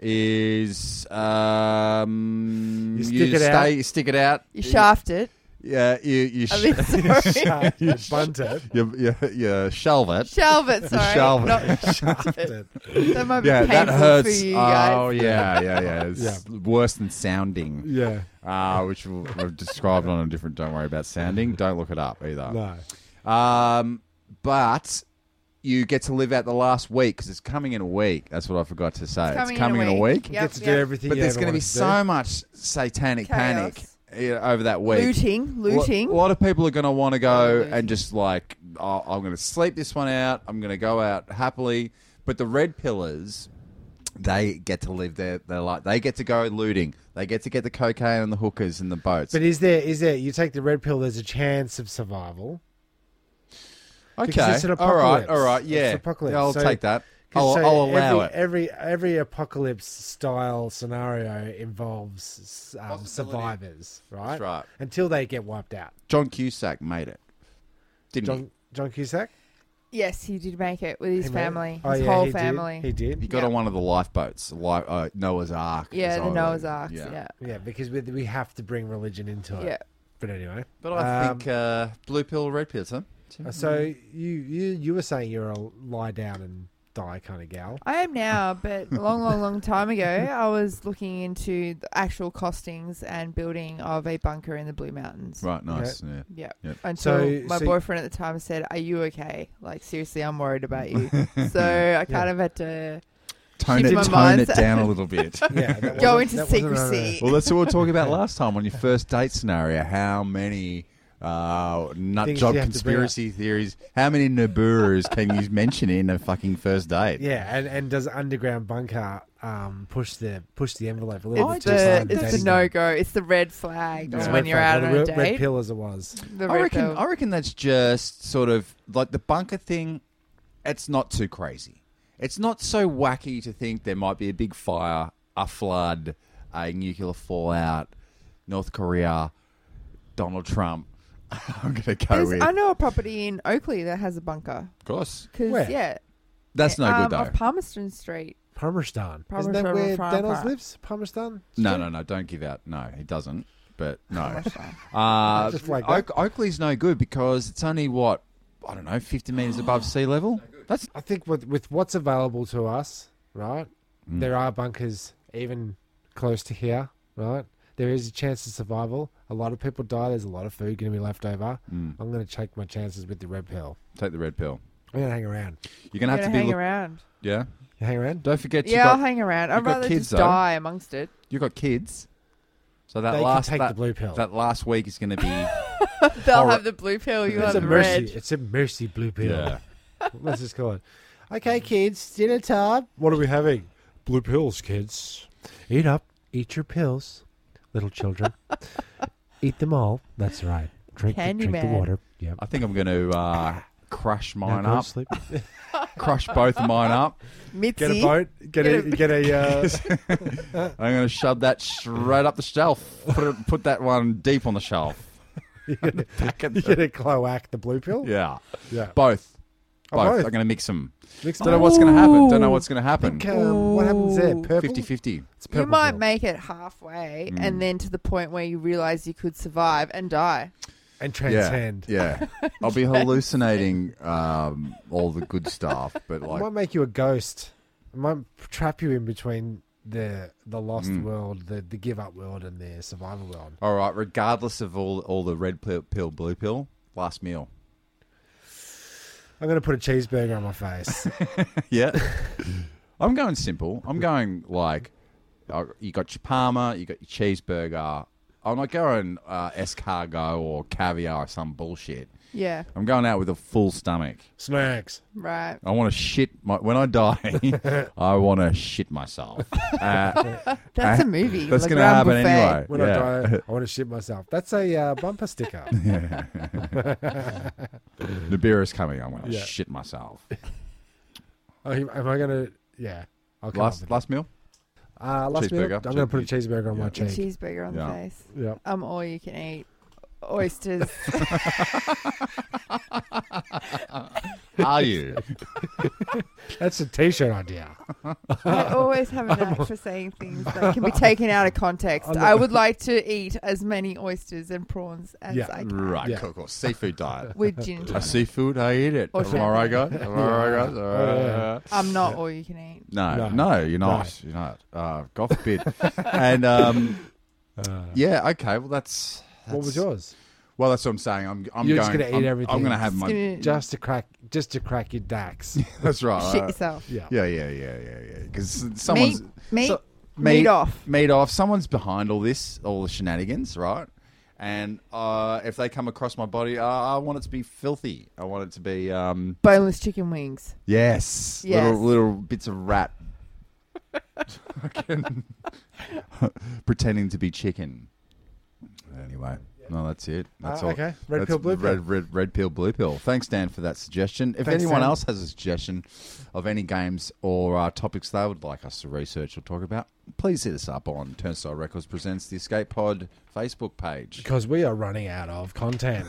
[SPEAKER 3] is um,
[SPEAKER 4] You stick it out.
[SPEAKER 3] you stick it out.
[SPEAKER 5] You shaft it.
[SPEAKER 3] Yeah, you you
[SPEAKER 5] I
[SPEAKER 3] sh-
[SPEAKER 5] mean, sorry.
[SPEAKER 4] Uh, bunt it.
[SPEAKER 3] you, you, you shelve it.
[SPEAKER 5] Shelve it, sorry.
[SPEAKER 3] Shelve it.
[SPEAKER 5] Not shaft it. That might be
[SPEAKER 3] yeah,
[SPEAKER 5] painful
[SPEAKER 3] that hurts.
[SPEAKER 5] for you
[SPEAKER 3] oh
[SPEAKER 5] guys.
[SPEAKER 3] yeah, yeah, yeah. It's worse than sounding,
[SPEAKER 4] Yeah.
[SPEAKER 3] uh, which we'll- we've described on a different. Don't worry about sounding. Don't look it up either.
[SPEAKER 4] No.
[SPEAKER 3] Um, but you get to live out the last week because it's coming in a week. That's what I forgot to say. It's coming, in a week.
[SPEAKER 5] Yep,
[SPEAKER 4] Get to
[SPEAKER 5] yep.
[SPEAKER 4] do everything
[SPEAKER 3] But
[SPEAKER 4] you
[SPEAKER 3] there's
[SPEAKER 4] ever
[SPEAKER 3] going to be
[SPEAKER 4] wanted do.
[SPEAKER 3] so much satanic
[SPEAKER 5] Chaos.
[SPEAKER 3] panic you know, over that week.
[SPEAKER 5] Looting,
[SPEAKER 3] Lo-
[SPEAKER 5] looting.
[SPEAKER 3] A lot of people are going to want to go
[SPEAKER 5] Looting.
[SPEAKER 3] and just like, oh, I'm going to sleep this one out. I'm going to go out happily. But the red pillars, they get to live their, their life. They get to go looting. They get to get the cocaine and the hookers and the boats.
[SPEAKER 4] But is there, is there, you take the red pill, there's a chance of survival. because
[SPEAKER 3] okay.
[SPEAKER 4] it's an
[SPEAKER 3] all right.
[SPEAKER 4] apocalypse.
[SPEAKER 3] All right.
[SPEAKER 4] It's
[SPEAKER 3] Yeah.
[SPEAKER 4] an apocalypse.
[SPEAKER 3] I'll
[SPEAKER 4] So-
[SPEAKER 3] take that.
[SPEAKER 4] 'Cause
[SPEAKER 3] I'll,
[SPEAKER 4] so
[SPEAKER 3] I'll allow it.
[SPEAKER 4] every, Every every apocalypse style scenario involves um, survivors, right?
[SPEAKER 3] That's right.
[SPEAKER 4] Until they get wiped out.
[SPEAKER 3] John Cusack made it. Didn't
[SPEAKER 4] John John Cusack,
[SPEAKER 5] Yes, he did make it with his
[SPEAKER 4] He made it?
[SPEAKER 5] family,
[SPEAKER 4] Oh,
[SPEAKER 5] his
[SPEAKER 4] yeah,
[SPEAKER 5] whole
[SPEAKER 4] he did.
[SPEAKER 5] family.
[SPEAKER 4] He
[SPEAKER 3] he? He
[SPEAKER 4] did.
[SPEAKER 3] got on one of the lifeboats, li- uh, Noah's Ark.
[SPEAKER 5] Yeah,
[SPEAKER 3] is
[SPEAKER 5] the
[SPEAKER 3] on
[SPEAKER 5] Noah's
[SPEAKER 3] it.
[SPEAKER 5] Ark. Yeah.
[SPEAKER 4] Yeah, because we, we have to bring religion into it.
[SPEAKER 5] Yeah.
[SPEAKER 4] But anyway,
[SPEAKER 3] But I
[SPEAKER 4] Um,
[SPEAKER 3] think uh, blue pill, red pill, huh?
[SPEAKER 4] so you you you were saying you're a lie down and die kind of gal.
[SPEAKER 5] I am now, but a long, long, long time ago, I was looking into the actual costings and building of a bunker in the Blue Mountains.
[SPEAKER 3] Right. Nice. Yeah.
[SPEAKER 5] Yeah.
[SPEAKER 3] Yep.
[SPEAKER 5] Until
[SPEAKER 4] So-
[SPEAKER 5] my
[SPEAKER 4] so-
[SPEAKER 5] boyfriend at the time said, "Are you okay? Like seriously, I'm worried about you." so I kind of had to
[SPEAKER 3] tone
[SPEAKER 5] Keep
[SPEAKER 3] it,
[SPEAKER 5] my
[SPEAKER 3] tone
[SPEAKER 5] mind-
[SPEAKER 3] it down a little bit.
[SPEAKER 4] Yeah, that
[SPEAKER 5] go
[SPEAKER 4] wasn't-
[SPEAKER 5] into
[SPEAKER 4] that wasn't on
[SPEAKER 5] secrecy.
[SPEAKER 3] well, that's what we were talking about last time on your first date scenario. How many uh, nut
[SPEAKER 4] Things
[SPEAKER 3] job
[SPEAKER 4] you have to bring
[SPEAKER 3] conspiracy theories? How many Nibiru's can you mention in a fucking first date?
[SPEAKER 4] a- Yeah, and, and does underground bunker um, push the push the envelope a little
[SPEAKER 5] It's
[SPEAKER 4] bit? too far
[SPEAKER 5] the,
[SPEAKER 4] in
[SPEAKER 5] it's the
[SPEAKER 4] dating?
[SPEAKER 5] no go. It's the red flag
[SPEAKER 4] It's
[SPEAKER 5] when
[SPEAKER 4] red
[SPEAKER 5] you're
[SPEAKER 4] flag,
[SPEAKER 5] out
[SPEAKER 4] or
[SPEAKER 5] on
[SPEAKER 4] the
[SPEAKER 5] a
[SPEAKER 4] red, red
[SPEAKER 5] date.
[SPEAKER 4] pill as it was.
[SPEAKER 5] The
[SPEAKER 3] I
[SPEAKER 5] red
[SPEAKER 3] reckon.
[SPEAKER 5] pill.
[SPEAKER 3] I reckon that's just sort of like the bunker thing. It's not too crazy. It's not so wacky to think there might be a big fire, a flood, a nuclear fallout, North Korea, Donald Trump. I'm gonna go
[SPEAKER 5] There's-
[SPEAKER 3] with.
[SPEAKER 5] I know a property in Oakley that has a bunker.
[SPEAKER 3] of course,
[SPEAKER 5] 'Cause,
[SPEAKER 4] Where?
[SPEAKER 5] yeah,
[SPEAKER 3] that's no
[SPEAKER 5] um,
[SPEAKER 3] good though.
[SPEAKER 5] Off Palmerston Street.
[SPEAKER 4] Palmerston. Isn't
[SPEAKER 5] Palmerston
[SPEAKER 4] that where
[SPEAKER 5] Farm
[SPEAKER 4] Danos
[SPEAKER 5] Farm.
[SPEAKER 4] lives? Palmerston?
[SPEAKER 3] No, no, no. Don't give out. No, he doesn't. But
[SPEAKER 5] Oh,
[SPEAKER 3] no.
[SPEAKER 4] I
[SPEAKER 3] uh,
[SPEAKER 4] just like that.
[SPEAKER 3] Oak, Oakley's no good because it's only what I don't know, fifty meters above sea level. That's
[SPEAKER 4] I think with with what's available to us right?
[SPEAKER 3] Mm.
[SPEAKER 4] There are bunkers even close to here, right? There is a chance of survival. A lot of people die. There's a lot of food going to be left over. I'm going to take my chances with the red pill.
[SPEAKER 3] Hmm, Take the red pill.
[SPEAKER 4] I'm going to hang around.
[SPEAKER 3] You're gonna
[SPEAKER 5] I'm
[SPEAKER 3] have to
[SPEAKER 5] gonna
[SPEAKER 3] be.
[SPEAKER 5] hang
[SPEAKER 3] Look-
[SPEAKER 5] around.
[SPEAKER 3] yeah.
[SPEAKER 4] You hang around?
[SPEAKER 3] Don't forget you
[SPEAKER 5] Yeah, I'll
[SPEAKER 3] got
[SPEAKER 5] hang around. I'd
[SPEAKER 3] you've got
[SPEAKER 5] rather
[SPEAKER 3] kids,
[SPEAKER 5] just
[SPEAKER 3] though.
[SPEAKER 5] die amongst it.
[SPEAKER 3] you got kids. So that
[SPEAKER 4] They can
[SPEAKER 3] last
[SPEAKER 4] take
[SPEAKER 3] that,
[SPEAKER 4] the blue pill.
[SPEAKER 3] that last week is going to be
[SPEAKER 5] They'll
[SPEAKER 3] Horror-
[SPEAKER 5] have the blue pill. You'll
[SPEAKER 4] It's
[SPEAKER 5] have
[SPEAKER 4] a
[SPEAKER 5] the
[SPEAKER 4] mercy.
[SPEAKER 5] red.
[SPEAKER 4] It's a mercy blue pill.
[SPEAKER 3] yeah.
[SPEAKER 4] Let's just call it. Okay, kids, dinner time. What are we having? Blue pills, kids. Eat up. Eat your pills, little children. Eat them all. That's right. Drink, the- drink the
[SPEAKER 5] Candyman.
[SPEAKER 4] water. Yep.
[SPEAKER 3] I think I'm going to uh, crush
[SPEAKER 4] Now
[SPEAKER 3] mine
[SPEAKER 4] go to
[SPEAKER 3] up.
[SPEAKER 4] Sleep.
[SPEAKER 3] Crush both of mine up.
[SPEAKER 5] Mitzi.
[SPEAKER 4] Get a boat. Get,
[SPEAKER 5] Get
[SPEAKER 4] a,
[SPEAKER 5] a-
[SPEAKER 4] get a. Uh,
[SPEAKER 3] I'm going to shove that straight up the shelf. Put it, put that one deep on the shelf.
[SPEAKER 4] you get a-
[SPEAKER 3] Back at
[SPEAKER 4] you
[SPEAKER 3] the,
[SPEAKER 4] get a cloac. The blue pill.
[SPEAKER 3] yeah. Oh,
[SPEAKER 4] Yeah.
[SPEAKER 3] Both.
[SPEAKER 4] Oh,
[SPEAKER 3] Both.
[SPEAKER 4] both. Oh.
[SPEAKER 3] I'm going to mix them.
[SPEAKER 4] Next
[SPEAKER 3] Don't know
[SPEAKER 4] time,
[SPEAKER 3] what's going to happen. Don't know what's going to happen.
[SPEAKER 4] um, what happens there?
[SPEAKER 5] Ooh.
[SPEAKER 4] Purple.
[SPEAKER 3] 50 50.
[SPEAKER 4] It's
[SPEAKER 5] You
[SPEAKER 4] purple
[SPEAKER 5] might
[SPEAKER 4] pill.
[SPEAKER 5] make it halfway
[SPEAKER 3] Mm.
[SPEAKER 5] and then to the point where you realize you could survive and die.
[SPEAKER 4] and
[SPEAKER 3] Yeah.
[SPEAKER 4] transcend.
[SPEAKER 3] Yeah. I'll be hallucinating um, all the good stuff, but
[SPEAKER 4] It might
[SPEAKER 3] like.
[SPEAKER 4] make you a ghost. It might trap you in between the the lost
[SPEAKER 3] Mm.
[SPEAKER 4] world, the, the give up world, and the survival world.
[SPEAKER 3] All right, regardless of all all the red pill, pill blue pill, last meal.
[SPEAKER 4] I'm gonna put a cheeseburger on my face.
[SPEAKER 3] Yeah. I'm going simple. I'm going like uh, you got your parma, you got your cheeseburger. Oh, I'm not going uh, escargot or caviar or some bullshit.
[SPEAKER 5] Yeah,
[SPEAKER 3] I'm going out with a full stomach.
[SPEAKER 4] Snacks.
[SPEAKER 5] right.
[SPEAKER 3] I want to shit my when I die. I want to shit myself. Uh,
[SPEAKER 5] That's
[SPEAKER 3] Uh,
[SPEAKER 5] a movie.
[SPEAKER 3] that's
[SPEAKER 5] like
[SPEAKER 3] gonna
[SPEAKER 5] Round
[SPEAKER 3] happen
[SPEAKER 5] Buffet.
[SPEAKER 3] anyway.
[SPEAKER 4] When
[SPEAKER 3] Yeah.
[SPEAKER 4] I die, I want to shit myself. That's a uh, bumper sticker.
[SPEAKER 3] the beer is coming. I'm going to
[SPEAKER 4] Yeah.
[SPEAKER 3] shit myself.
[SPEAKER 4] Are you- Oh, Am I gonna? Yeah. I'll come
[SPEAKER 3] Last
[SPEAKER 4] up with
[SPEAKER 3] last meal.
[SPEAKER 4] it. uh, last meal,
[SPEAKER 3] cheeseburger.
[SPEAKER 4] I'm gonna put a cheeseburger on my
[SPEAKER 5] The
[SPEAKER 4] cheek.
[SPEAKER 5] cheeseburger on
[SPEAKER 3] Yeah.
[SPEAKER 5] the face.
[SPEAKER 4] Yeah.
[SPEAKER 5] I'm all you can eat. Oysters.
[SPEAKER 3] Are you?
[SPEAKER 4] That's a T-shirt idea.
[SPEAKER 5] I always have a knack for saying things that can be taken out of context. I would like to eat as many oysters and prawns as
[SPEAKER 4] Yeah.
[SPEAKER 5] I can
[SPEAKER 3] right,
[SPEAKER 4] Yeah.
[SPEAKER 3] cool, cool. Seafood diet.
[SPEAKER 5] with gin. and
[SPEAKER 3] A seafood, I eat it.
[SPEAKER 4] Oh,
[SPEAKER 5] Or
[SPEAKER 3] Am I right, guys?
[SPEAKER 5] champagne.
[SPEAKER 3] Am I right, guys? Uh,
[SPEAKER 5] I'm not all you can eat.
[SPEAKER 3] No,
[SPEAKER 4] No.
[SPEAKER 3] no, you're not.
[SPEAKER 4] Right.
[SPEAKER 3] You're not. Uh, God forbid. and um, yeah, okay. Well, that's, that's
[SPEAKER 4] Uh. What was yours?
[SPEAKER 3] Well, that's what I'm saying. I'm I'm going.
[SPEAKER 4] You're just gonna eat
[SPEAKER 3] I'm,
[SPEAKER 4] everything.
[SPEAKER 3] I'm going to have
[SPEAKER 5] Just
[SPEAKER 3] my.
[SPEAKER 5] gonna
[SPEAKER 4] Just to crack, just to crack your dax.
[SPEAKER 3] That's right.
[SPEAKER 5] shit
[SPEAKER 3] Uh,
[SPEAKER 5] yourself.
[SPEAKER 4] Yeah.
[SPEAKER 3] yeah, yeah, yeah, yeah, yeah. Because someone's
[SPEAKER 5] meat,
[SPEAKER 3] so-
[SPEAKER 5] meat off.
[SPEAKER 3] meat off. Someone's behind all this, all the shenanigans, right? And uh, if they come across my body, uh, I want it to be filthy. I want it to be um,
[SPEAKER 5] Boneless chicken wings.
[SPEAKER 3] Yes.
[SPEAKER 5] Yes.
[SPEAKER 3] Little little bits of rat. Fucking- pretending to be chicken. Anyway. No, that's it. That's
[SPEAKER 4] Ah,
[SPEAKER 3] all.
[SPEAKER 4] okay. Red
[SPEAKER 3] That's
[SPEAKER 4] pill, blue pill.
[SPEAKER 3] Red, red, red pill, blue pill. Thanks, Dan, for that suggestion. If
[SPEAKER 4] Thanks,
[SPEAKER 3] anyone
[SPEAKER 4] Dan.
[SPEAKER 3] else has a suggestion of any games or uh, topics they would like us to research or talk about, please hit us up on Turnstile Records Presents the Escape Pod Facebook page.
[SPEAKER 4] because we are running out of content.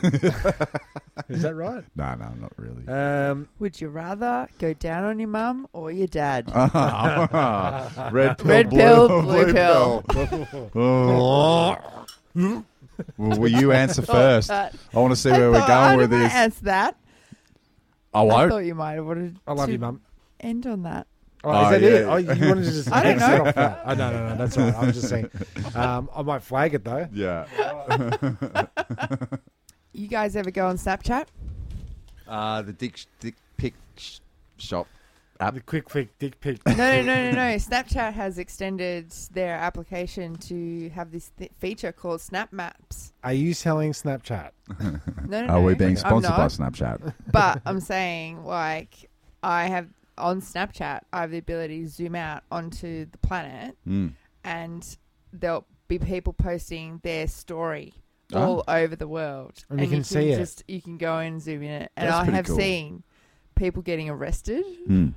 [SPEAKER 4] Is that right?
[SPEAKER 3] No, no, not really.
[SPEAKER 4] Um,
[SPEAKER 5] Would you rather go down on your mum or your dad?
[SPEAKER 3] Uh, red pill,
[SPEAKER 5] Red
[SPEAKER 3] blue,
[SPEAKER 5] pill, blue pill.
[SPEAKER 3] well, will you answer first? I
[SPEAKER 5] that-
[SPEAKER 3] want to see
[SPEAKER 5] I
[SPEAKER 3] where we're
[SPEAKER 5] uh, thought-
[SPEAKER 3] going
[SPEAKER 5] I
[SPEAKER 3] with
[SPEAKER 5] didn't
[SPEAKER 3] this.
[SPEAKER 5] Answer that.
[SPEAKER 3] I
[SPEAKER 5] I
[SPEAKER 3] won't.
[SPEAKER 5] thought you might have wanted.
[SPEAKER 4] I love
[SPEAKER 5] to
[SPEAKER 4] you, mum.
[SPEAKER 5] End on that.
[SPEAKER 4] Oh,
[SPEAKER 3] Oh,
[SPEAKER 4] is that
[SPEAKER 3] yeah,
[SPEAKER 4] it?
[SPEAKER 3] yeah.
[SPEAKER 4] Oh, you wanted to just
[SPEAKER 5] I don't
[SPEAKER 4] exit
[SPEAKER 5] know.
[SPEAKER 4] off that? Oh, no, no, no. That's all right. I'm just saying. Um, I might flag it though.
[SPEAKER 3] Yeah.
[SPEAKER 5] You guys ever go on Snapchat?
[SPEAKER 3] Uh, the dick, dick pic sh- shop.
[SPEAKER 4] The quick, quick dick pic.
[SPEAKER 5] No, no, no, no, no. Snapchat has extended their application to have this th- feature called Snap Maps.
[SPEAKER 4] Are you selling Snapchat?
[SPEAKER 5] No, no,
[SPEAKER 3] Are
[SPEAKER 5] no.
[SPEAKER 3] we being
[SPEAKER 5] I'm
[SPEAKER 3] sponsored by
[SPEAKER 5] not.
[SPEAKER 3] Snapchat?
[SPEAKER 5] but I'm saying like I have on Snapchat, I have the ability to zoom out onto the planet,
[SPEAKER 3] Mm.
[SPEAKER 5] and there'll be people posting their story
[SPEAKER 3] Oh.
[SPEAKER 5] all over the world,
[SPEAKER 4] And you can see it.
[SPEAKER 5] Just you can go and zoom in, it. and
[SPEAKER 3] That's
[SPEAKER 5] I
[SPEAKER 3] pretty
[SPEAKER 5] have
[SPEAKER 3] cool.
[SPEAKER 5] seen people getting arrested.
[SPEAKER 3] Mm.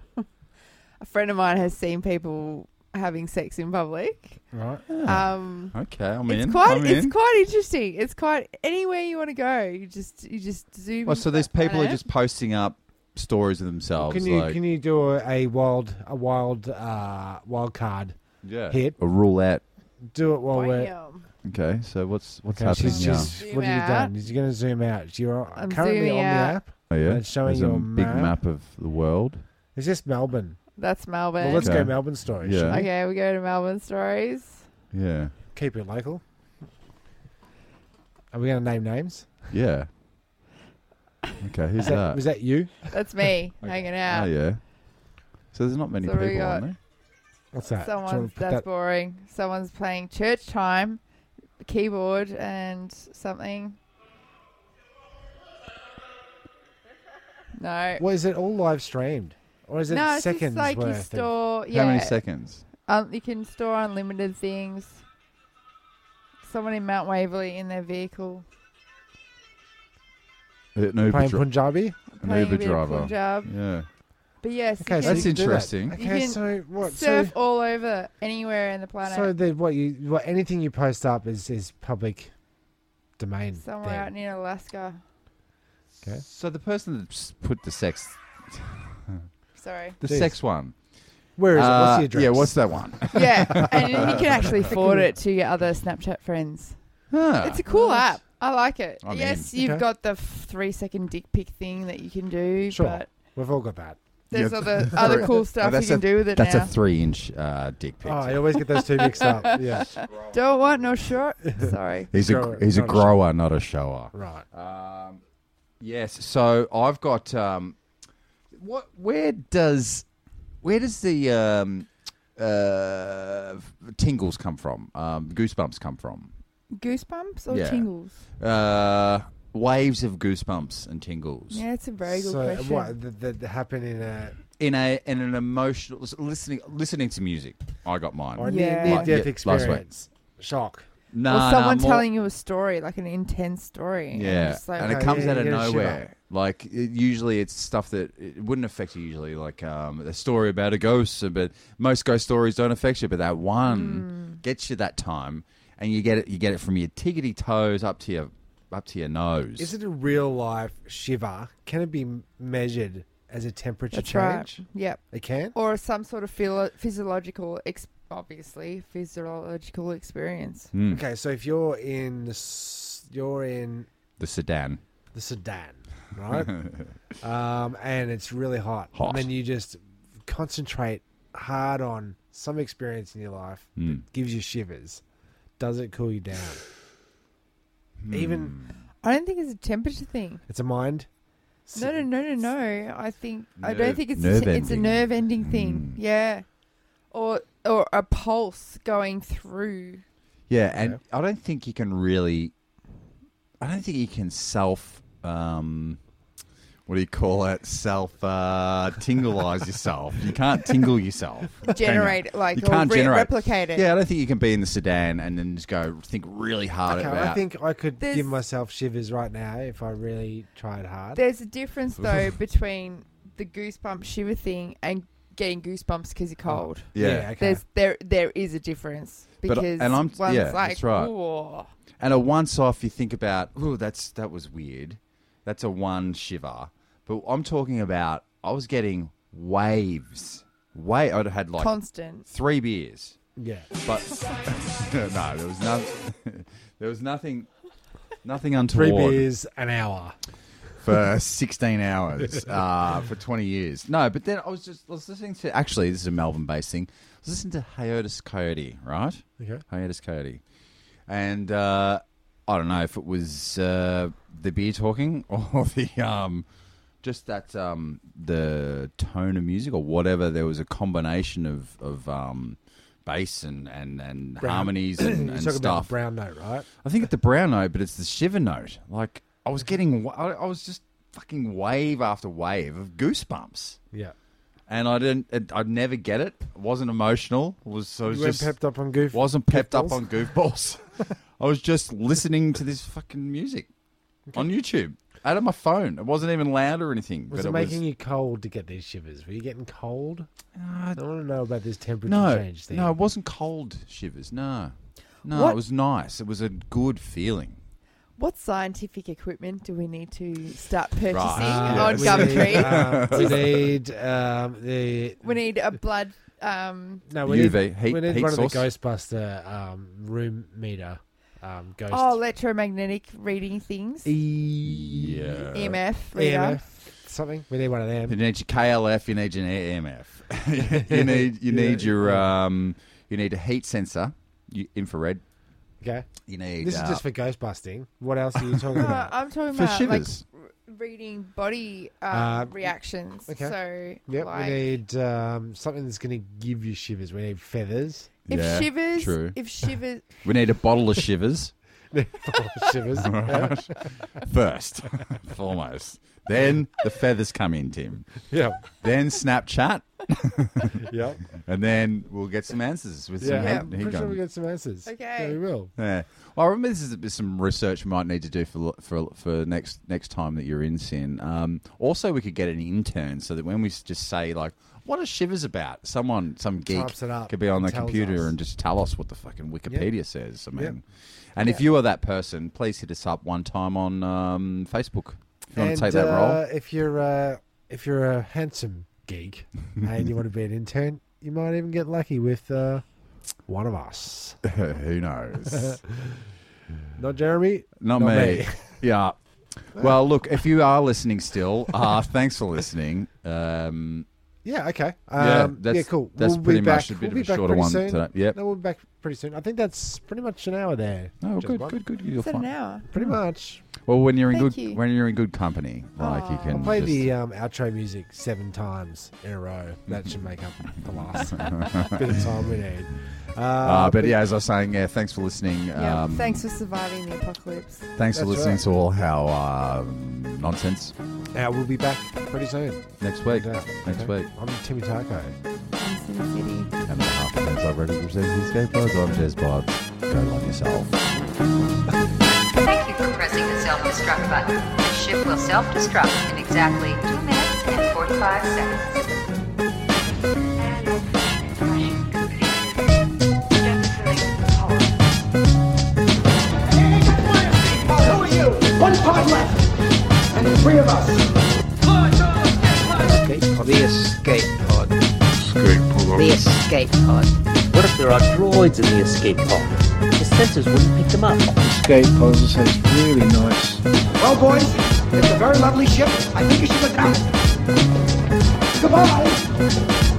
[SPEAKER 5] A friend of mine has seen people having sex in public.
[SPEAKER 4] Right.
[SPEAKER 3] Ah.
[SPEAKER 5] Um,
[SPEAKER 3] Okay, I'm in.
[SPEAKER 5] it's quite,
[SPEAKER 3] I'm
[SPEAKER 5] it's
[SPEAKER 3] in.
[SPEAKER 5] quite interesting. It's quite anywhere you want to go. You just, you just zoom.
[SPEAKER 3] Well, so
[SPEAKER 5] into
[SPEAKER 3] these
[SPEAKER 5] that
[SPEAKER 3] people are
[SPEAKER 5] planet.
[SPEAKER 3] just posting up stories of themselves.
[SPEAKER 4] Can you
[SPEAKER 3] like,
[SPEAKER 4] can you do a, a wild a wild uh, wild card?
[SPEAKER 3] yeah.
[SPEAKER 4] hit?
[SPEAKER 3] a roulette?
[SPEAKER 4] Do it while we're.
[SPEAKER 5] Bam.
[SPEAKER 3] Okay, so what's what's
[SPEAKER 4] Okay,
[SPEAKER 3] happening?
[SPEAKER 4] she's,
[SPEAKER 3] now?
[SPEAKER 4] she's,
[SPEAKER 5] Zoom
[SPEAKER 4] what have you
[SPEAKER 5] out.
[SPEAKER 4] done? She's going to zoom out. You're
[SPEAKER 5] I'm
[SPEAKER 4] currently
[SPEAKER 5] zooming
[SPEAKER 4] on the
[SPEAKER 5] out.
[SPEAKER 4] app.
[SPEAKER 3] oh, yeah,
[SPEAKER 4] it's showing
[SPEAKER 3] There's
[SPEAKER 4] you
[SPEAKER 3] a
[SPEAKER 4] a
[SPEAKER 3] big
[SPEAKER 4] map.
[SPEAKER 3] map of the world.
[SPEAKER 4] Is this Melbourne?
[SPEAKER 5] That's Melbourne.
[SPEAKER 4] Well, let's
[SPEAKER 3] Okay.
[SPEAKER 4] go Melbourne story.
[SPEAKER 3] Yeah.
[SPEAKER 4] shall we?
[SPEAKER 5] okay, we go to Melbourne stories.
[SPEAKER 3] Yeah.
[SPEAKER 4] Keep it local. Are we going to name names?
[SPEAKER 3] Yeah. Okay, who's
[SPEAKER 4] Is that,
[SPEAKER 3] that?
[SPEAKER 4] was that you?
[SPEAKER 5] That's me hanging
[SPEAKER 3] Oh
[SPEAKER 5] out.
[SPEAKER 3] yeah. So there's not many
[SPEAKER 5] So we
[SPEAKER 3] people
[SPEAKER 5] got-
[SPEAKER 3] on there.
[SPEAKER 4] What's that? Do you wanna
[SPEAKER 5] Someone's
[SPEAKER 4] put
[SPEAKER 5] that's
[SPEAKER 4] that-
[SPEAKER 5] boring. Someone's playing church time, keyboard and something. No.
[SPEAKER 4] Well, is it all live streamed, or is it
[SPEAKER 5] no, it's
[SPEAKER 4] seconds
[SPEAKER 5] just like you
[SPEAKER 4] worth? of-
[SPEAKER 5] store.
[SPEAKER 3] How
[SPEAKER 5] Yeah,
[SPEAKER 3] many seconds?
[SPEAKER 5] um, you can store unlimited things. Someone in Mount Waverley in their vehicle
[SPEAKER 3] An Uber,
[SPEAKER 4] playing
[SPEAKER 3] dri-
[SPEAKER 4] Punjabi.
[SPEAKER 5] playing
[SPEAKER 3] an
[SPEAKER 5] a
[SPEAKER 3] Uber
[SPEAKER 5] bit of
[SPEAKER 3] driver.
[SPEAKER 5] Punjab.
[SPEAKER 3] Uh, Yeah.
[SPEAKER 5] But yes,
[SPEAKER 4] Okay,
[SPEAKER 5] you
[SPEAKER 4] so
[SPEAKER 5] can
[SPEAKER 3] That's
[SPEAKER 4] you can do that.
[SPEAKER 3] interesting.
[SPEAKER 5] You
[SPEAKER 4] Okay,
[SPEAKER 5] can
[SPEAKER 4] so what? So,
[SPEAKER 5] surf all over anywhere in the planet.
[SPEAKER 4] so then what you what anything you post up is is public domain.
[SPEAKER 5] Somewhere
[SPEAKER 4] then.
[SPEAKER 5] out near Alaska.
[SPEAKER 4] Okay.
[SPEAKER 3] So the person that s- put the sex,
[SPEAKER 5] Sorry.
[SPEAKER 3] the
[SPEAKER 4] Jeez.
[SPEAKER 3] sex one.
[SPEAKER 4] Where is it? What's
[SPEAKER 3] Uh,
[SPEAKER 4] the address?
[SPEAKER 3] Yeah, what's that one?
[SPEAKER 5] Yeah, and you can actually forward it to your other Snapchat friends.
[SPEAKER 3] Huh.
[SPEAKER 5] It's a cool app. I like it.
[SPEAKER 3] Ah. I'm
[SPEAKER 5] yes,
[SPEAKER 4] in.
[SPEAKER 5] you've
[SPEAKER 4] Okay.
[SPEAKER 5] got the f- three second dick pic thing that you can do,
[SPEAKER 4] Sure.
[SPEAKER 5] but
[SPEAKER 4] We've all got that.
[SPEAKER 5] there's
[SPEAKER 3] Yeah.
[SPEAKER 5] other other cool
[SPEAKER 3] No,
[SPEAKER 5] stuff you
[SPEAKER 3] that's
[SPEAKER 5] can
[SPEAKER 3] a-
[SPEAKER 5] do with it
[SPEAKER 3] That's
[SPEAKER 5] now.
[SPEAKER 3] a three-inch uh, dick pic.
[SPEAKER 4] Oh, I always get those two mixed up. Yeah.
[SPEAKER 5] Don't want no short. Sorry.
[SPEAKER 3] he's a
[SPEAKER 4] grower,
[SPEAKER 3] he's a
[SPEAKER 4] not a shower.
[SPEAKER 3] grower, not a shower.
[SPEAKER 4] Right.
[SPEAKER 3] Um, yes. So I've got um, what? Where does where does the um, uh, tingles come from? Um, goosebumps come from?
[SPEAKER 5] Goosebumps or
[SPEAKER 3] Yeah.
[SPEAKER 5] tingles?
[SPEAKER 3] Uh, waves of goosebumps and tingles
[SPEAKER 5] Yeah, it's a very good
[SPEAKER 4] so uh,
[SPEAKER 5] question.
[SPEAKER 4] what that th- th- happened in a
[SPEAKER 3] in a in an emotional listening listening to music. I got mine.
[SPEAKER 4] or
[SPEAKER 5] Yeah.
[SPEAKER 4] near,
[SPEAKER 5] Like,
[SPEAKER 3] yeah,
[SPEAKER 4] death
[SPEAKER 3] last week.
[SPEAKER 4] experience? Shock.
[SPEAKER 3] No,
[SPEAKER 5] Or
[SPEAKER 3] no,
[SPEAKER 5] someone
[SPEAKER 3] more-
[SPEAKER 5] telling you a story, like an intense story.
[SPEAKER 3] Yeah,
[SPEAKER 5] And, it's like, "Oh,
[SPEAKER 3] and it
[SPEAKER 4] Okay,
[SPEAKER 3] comes
[SPEAKER 4] yeah,
[SPEAKER 3] out of
[SPEAKER 4] you get a shiver.
[SPEAKER 3] nowhere. Like it, usually, it's stuff that it wouldn't affect you. Usually, like um, a story about a ghost, but most ghost stories don't affect you. But that
[SPEAKER 5] Mm.
[SPEAKER 3] one gets you that time, and you get it. You get it from your tiggity toes up to your up to your nose.
[SPEAKER 4] Is it a real life shiver? Can it be m- measured as a temperature
[SPEAKER 5] that's
[SPEAKER 4] change?
[SPEAKER 5] right. Yep.
[SPEAKER 4] It can.
[SPEAKER 5] Or some sort of philo- physiological, ex- obviously, physiological experience.
[SPEAKER 3] Mm,
[SPEAKER 4] Okay, so if you're in the, s- you're in
[SPEAKER 3] the sedan.
[SPEAKER 4] the Sudan, right? um, and it's really hot.
[SPEAKER 3] Hot.
[SPEAKER 4] And then you just concentrate hard on some experience in your life
[SPEAKER 3] Hmm.
[SPEAKER 4] that gives you shivers. Does it cool you down?
[SPEAKER 3] Hmm.
[SPEAKER 4] Even
[SPEAKER 5] I don't think it's a temperature thing.
[SPEAKER 4] it's a mind.
[SPEAKER 5] No, no, no, no, no. I think I
[SPEAKER 3] Nerve- Hmm.
[SPEAKER 5] don't think it's
[SPEAKER 3] nerve
[SPEAKER 5] a, it's a
[SPEAKER 3] ending.
[SPEAKER 5] nerve ending thing. Yeah, or or a pulse going through.
[SPEAKER 3] Yeah, and I don't think you can really. I don't think you can self. Um, what do you call it? Self uh, tingleize yourself. You can't tingle yourself. Can you?
[SPEAKER 5] Generate, like, or re- replicate it.
[SPEAKER 3] Yeah, I don't think you can be in the sedan and then just go think really hard
[SPEAKER 4] Okay,
[SPEAKER 3] about.
[SPEAKER 4] I think I could
[SPEAKER 5] There's-
[SPEAKER 4] give myself shivers right now if I really tried hard.
[SPEAKER 5] There's a difference though between the goosebump shiver thing and getting goosebumps because you're cold.
[SPEAKER 3] yeah.
[SPEAKER 4] okay.
[SPEAKER 5] There's there there is a difference
[SPEAKER 3] Oh, But, uh,
[SPEAKER 5] because
[SPEAKER 3] and I'm-
[SPEAKER 5] one's
[SPEAKER 3] yeah,
[SPEAKER 5] like,
[SPEAKER 3] that's right.
[SPEAKER 5] "Whoa."
[SPEAKER 3] And a once off, you think about, oh, that's that was weird. That's a one shiver. But I'm talking about. I was getting waves. Way I'd had like
[SPEAKER 5] constant.
[SPEAKER 3] three beers.
[SPEAKER 4] yeah.
[SPEAKER 3] But no, there was no, there was nothing, nothing
[SPEAKER 4] Three
[SPEAKER 3] untoward
[SPEAKER 4] beers an hour.
[SPEAKER 3] for 16 hours uh, for 20 years. No, but then I was just I was listening to actually this is a Melbourne-based thing. I was listening to Hiatus Coyote, right?
[SPEAKER 4] Okay.
[SPEAKER 3] Hiatus Coyote, and uh, I don't know if it was uh, the beer talking or the um, just that um, the tone of music or whatever. There was a combination of of um, bass and and, and
[SPEAKER 4] Brown-
[SPEAKER 3] harmonies and,
[SPEAKER 4] You're
[SPEAKER 3] and
[SPEAKER 4] talking about the
[SPEAKER 3] stuff.
[SPEAKER 4] brown note, right?
[SPEAKER 3] I think it's the brown note, but it's the shiver note. Like I was getting, I I was just fucking wave after wave of goosebumps,
[SPEAKER 4] Yeah.
[SPEAKER 3] and I didn't, it, I'd never get it. It wasn't emotional. It was, I
[SPEAKER 4] You
[SPEAKER 3] was
[SPEAKER 4] weren't
[SPEAKER 3] just
[SPEAKER 4] pepped up on goof.
[SPEAKER 3] wasn't pepped up
[SPEAKER 4] goofballs?
[SPEAKER 3] on goofballs. I was just listening to this fucking music on YouTube out of my phone. It wasn't even loud or anything.
[SPEAKER 4] Was
[SPEAKER 3] but
[SPEAKER 4] it,
[SPEAKER 3] it
[SPEAKER 4] making
[SPEAKER 3] was,
[SPEAKER 4] you cold to get these shivers? Were you getting cold?
[SPEAKER 3] Uh,
[SPEAKER 4] I want to know about this temperature
[SPEAKER 3] no,
[SPEAKER 4] change thing.
[SPEAKER 3] no, it wasn't cold shivers. No, no,
[SPEAKER 5] What-
[SPEAKER 3] it was nice. It was a good feeling.
[SPEAKER 5] What scientific equipment do we need to start purchasing
[SPEAKER 3] Right.
[SPEAKER 5] on
[SPEAKER 3] Yes.
[SPEAKER 4] Uh, we need,
[SPEAKER 5] Gumtree?
[SPEAKER 3] uh,
[SPEAKER 4] um, we need um, the
[SPEAKER 5] we need a blood. Um,
[SPEAKER 4] no, we
[SPEAKER 3] UV
[SPEAKER 4] need,
[SPEAKER 3] heat-
[SPEAKER 4] we need
[SPEAKER 3] heat
[SPEAKER 4] one
[SPEAKER 3] source.
[SPEAKER 4] of the Ghostbuster um, room meter um, ghost.
[SPEAKER 3] E
[SPEAKER 5] oh, electromagnetic reading things.
[SPEAKER 3] Yeah.
[SPEAKER 5] EMF
[SPEAKER 3] E
[SPEAKER 4] EMF.
[SPEAKER 5] reader.
[SPEAKER 4] E something. We need one of
[SPEAKER 3] You
[SPEAKER 4] them.
[SPEAKER 3] need your KLF. You need your EMF. you need you need your um, you need a heat sensor, you, infrared.
[SPEAKER 4] Okay.
[SPEAKER 3] You need
[SPEAKER 4] This
[SPEAKER 3] uh,
[SPEAKER 4] is just for ghost busting. What else are you talking
[SPEAKER 5] No,
[SPEAKER 4] about?
[SPEAKER 5] Uh, I'm talking
[SPEAKER 3] for
[SPEAKER 5] about
[SPEAKER 3] shivers.
[SPEAKER 5] like r- reading body um,
[SPEAKER 4] Uh,
[SPEAKER 5] reactions.
[SPEAKER 4] okay.
[SPEAKER 5] So
[SPEAKER 4] Yep,
[SPEAKER 5] like,
[SPEAKER 4] we need um, something that's going to give you shivers. We need feathers.
[SPEAKER 5] if
[SPEAKER 3] Yeah,
[SPEAKER 5] shivers,
[SPEAKER 3] true.
[SPEAKER 5] if shivers,
[SPEAKER 3] we need a bottle of shivers
[SPEAKER 4] shivers.
[SPEAKER 3] first, foremost. Then the feathers come in, Tim.
[SPEAKER 4] Yeah.
[SPEAKER 3] Then Snapchat,
[SPEAKER 4] Yep.
[SPEAKER 3] and then we'll get some answers with
[SPEAKER 4] Yeah.
[SPEAKER 3] some
[SPEAKER 5] Yeah,
[SPEAKER 3] heat-
[SPEAKER 4] I'm
[SPEAKER 3] heat
[SPEAKER 4] pretty sure
[SPEAKER 3] gun.
[SPEAKER 4] we get some answers.
[SPEAKER 5] Okay.
[SPEAKER 4] Yeah, we will.
[SPEAKER 3] Yeah. Well, I remember this is a bit- some research we might need to do for for for next next time that you're in sin. Um, also, we could get an intern so that when we s- just say like, "What are shivers about?" Someone, some geek,
[SPEAKER 4] Types it up
[SPEAKER 3] could be on
[SPEAKER 4] and
[SPEAKER 3] the
[SPEAKER 4] tells
[SPEAKER 3] computer
[SPEAKER 4] us.
[SPEAKER 3] and just tell us what the fucking Wikipedia says. I mean,
[SPEAKER 4] Yep.
[SPEAKER 3] and if you are that person, please hit us up one time on um, Facebook. If you want
[SPEAKER 4] And,
[SPEAKER 3] to take that
[SPEAKER 4] uh,
[SPEAKER 3] role,
[SPEAKER 4] if you're uh, if you're a handsome geek and you want to be an intern, you might even get lucky with uh, one of us.
[SPEAKER 3] who knows?
[SPEAKER 4] Not Jeremy.
[SPEAKER 3] Not, me.
[SPEAKER 4] Not me.
[SPEAKER 3] yeah. Well, look, if you are listening still, uh, thanks for listening. Um,
[SPEAKER 4] Yeah. Okay. Um,
[SPEAKER 3] Yeah,
[SPEAKER 4] yeah.
[SPEAKER 3] that's-
[SPEAKER 4] cool.
[SPEAKER 3] that's
[SPEAKER 4] we'll
[SPEAKER 3] pretty
[SPEAKER 4] be
[SPEAKER 3] much
[SPEAKER 4] back.
[SPEAKER 3] a bit
[SPEAKER 4] we'll
[SPEAKER 3] of
[SPEAKER 4] be
[SPEAKER 3] a
[SPEAKER 4] back
[SPEAKER 3] shorter
[SPEAKER 4] pretty
[SPEAKER 3] one
[SPEAKER 4] soon.
[SPEAKER 3] today. Yep.
[SPEAKER 4] No, we'll be back pretty soon. I think that's pretty much an hour there.
[SPEAKER 3] oh, good,
[SPEAKER 4] Just-
[SPEAKER 3] good, good. You'll
[SPEAKER 5] is that
[SPEAKER 3] find-
[SPEAKER 5] an hour?
[SPEAKER 4] Pretty much.
[SPEAKER 3] Well, when you're in
[SPEAKER 5] Thank
[SPEAKER 3] good
[SPEAKER 5] you.
[SPEAKER 3] when you're in good company, like you
[SPEAKER 5] Aw.
[SPEAKER 3] can
[SPEAKER 4] I'll play
[SPEAKER 3] just-
[SPEAKER 4] the um, outro music seven times in a row. That should make up the last bit of time we need. Uh,
[SPEAKER 3] Uh, but yeah, as I was saying, yeah, thanks for listening.
[SPEAKER 5] Yeah.
[SPEAKER 3] um,
[SPEAKER 5] Thanks for surviving the apocalypse.
[SPEAKER 3] thanks for
[SPEAKER 4] That's
[SPEAKER 3] listening
[SPEAKER 4] right.
[SPEAKER 3] to all how um, nonsense.
[SPEAKER 4] uh, we'll be back pretty soon.
[SPEAKER 3] Next week,
[SPEAKER 4] Yeah,
[SPEAKER 3] next
[SPEAKER 4] okay.
[SPEAKER 3] week,
[SPEAKER 4] I'm Timmy Taco.
[SPEAKER 5] I'm Sin City.
[SPEAKER 3] and the half of those I represent these gay bars. I'm Jez Bob. Go love yourself.
[SPEAKER 8] Thank you for pressing the self-destruct button. The ship will self-destruct in exactly 2 minutes and 45 seconds.
[SPEAKER 2] The escape pod. The escape pod.
[SPEAKER 9] What if there are droids in the escape pod? The sensors wouldn't pick them up.
[SPEAKER 2] Escape pod sounds really nice.
[SPEAKER 10] Well, boys, it's a very lovely ship. I think you should look out. Goodbye.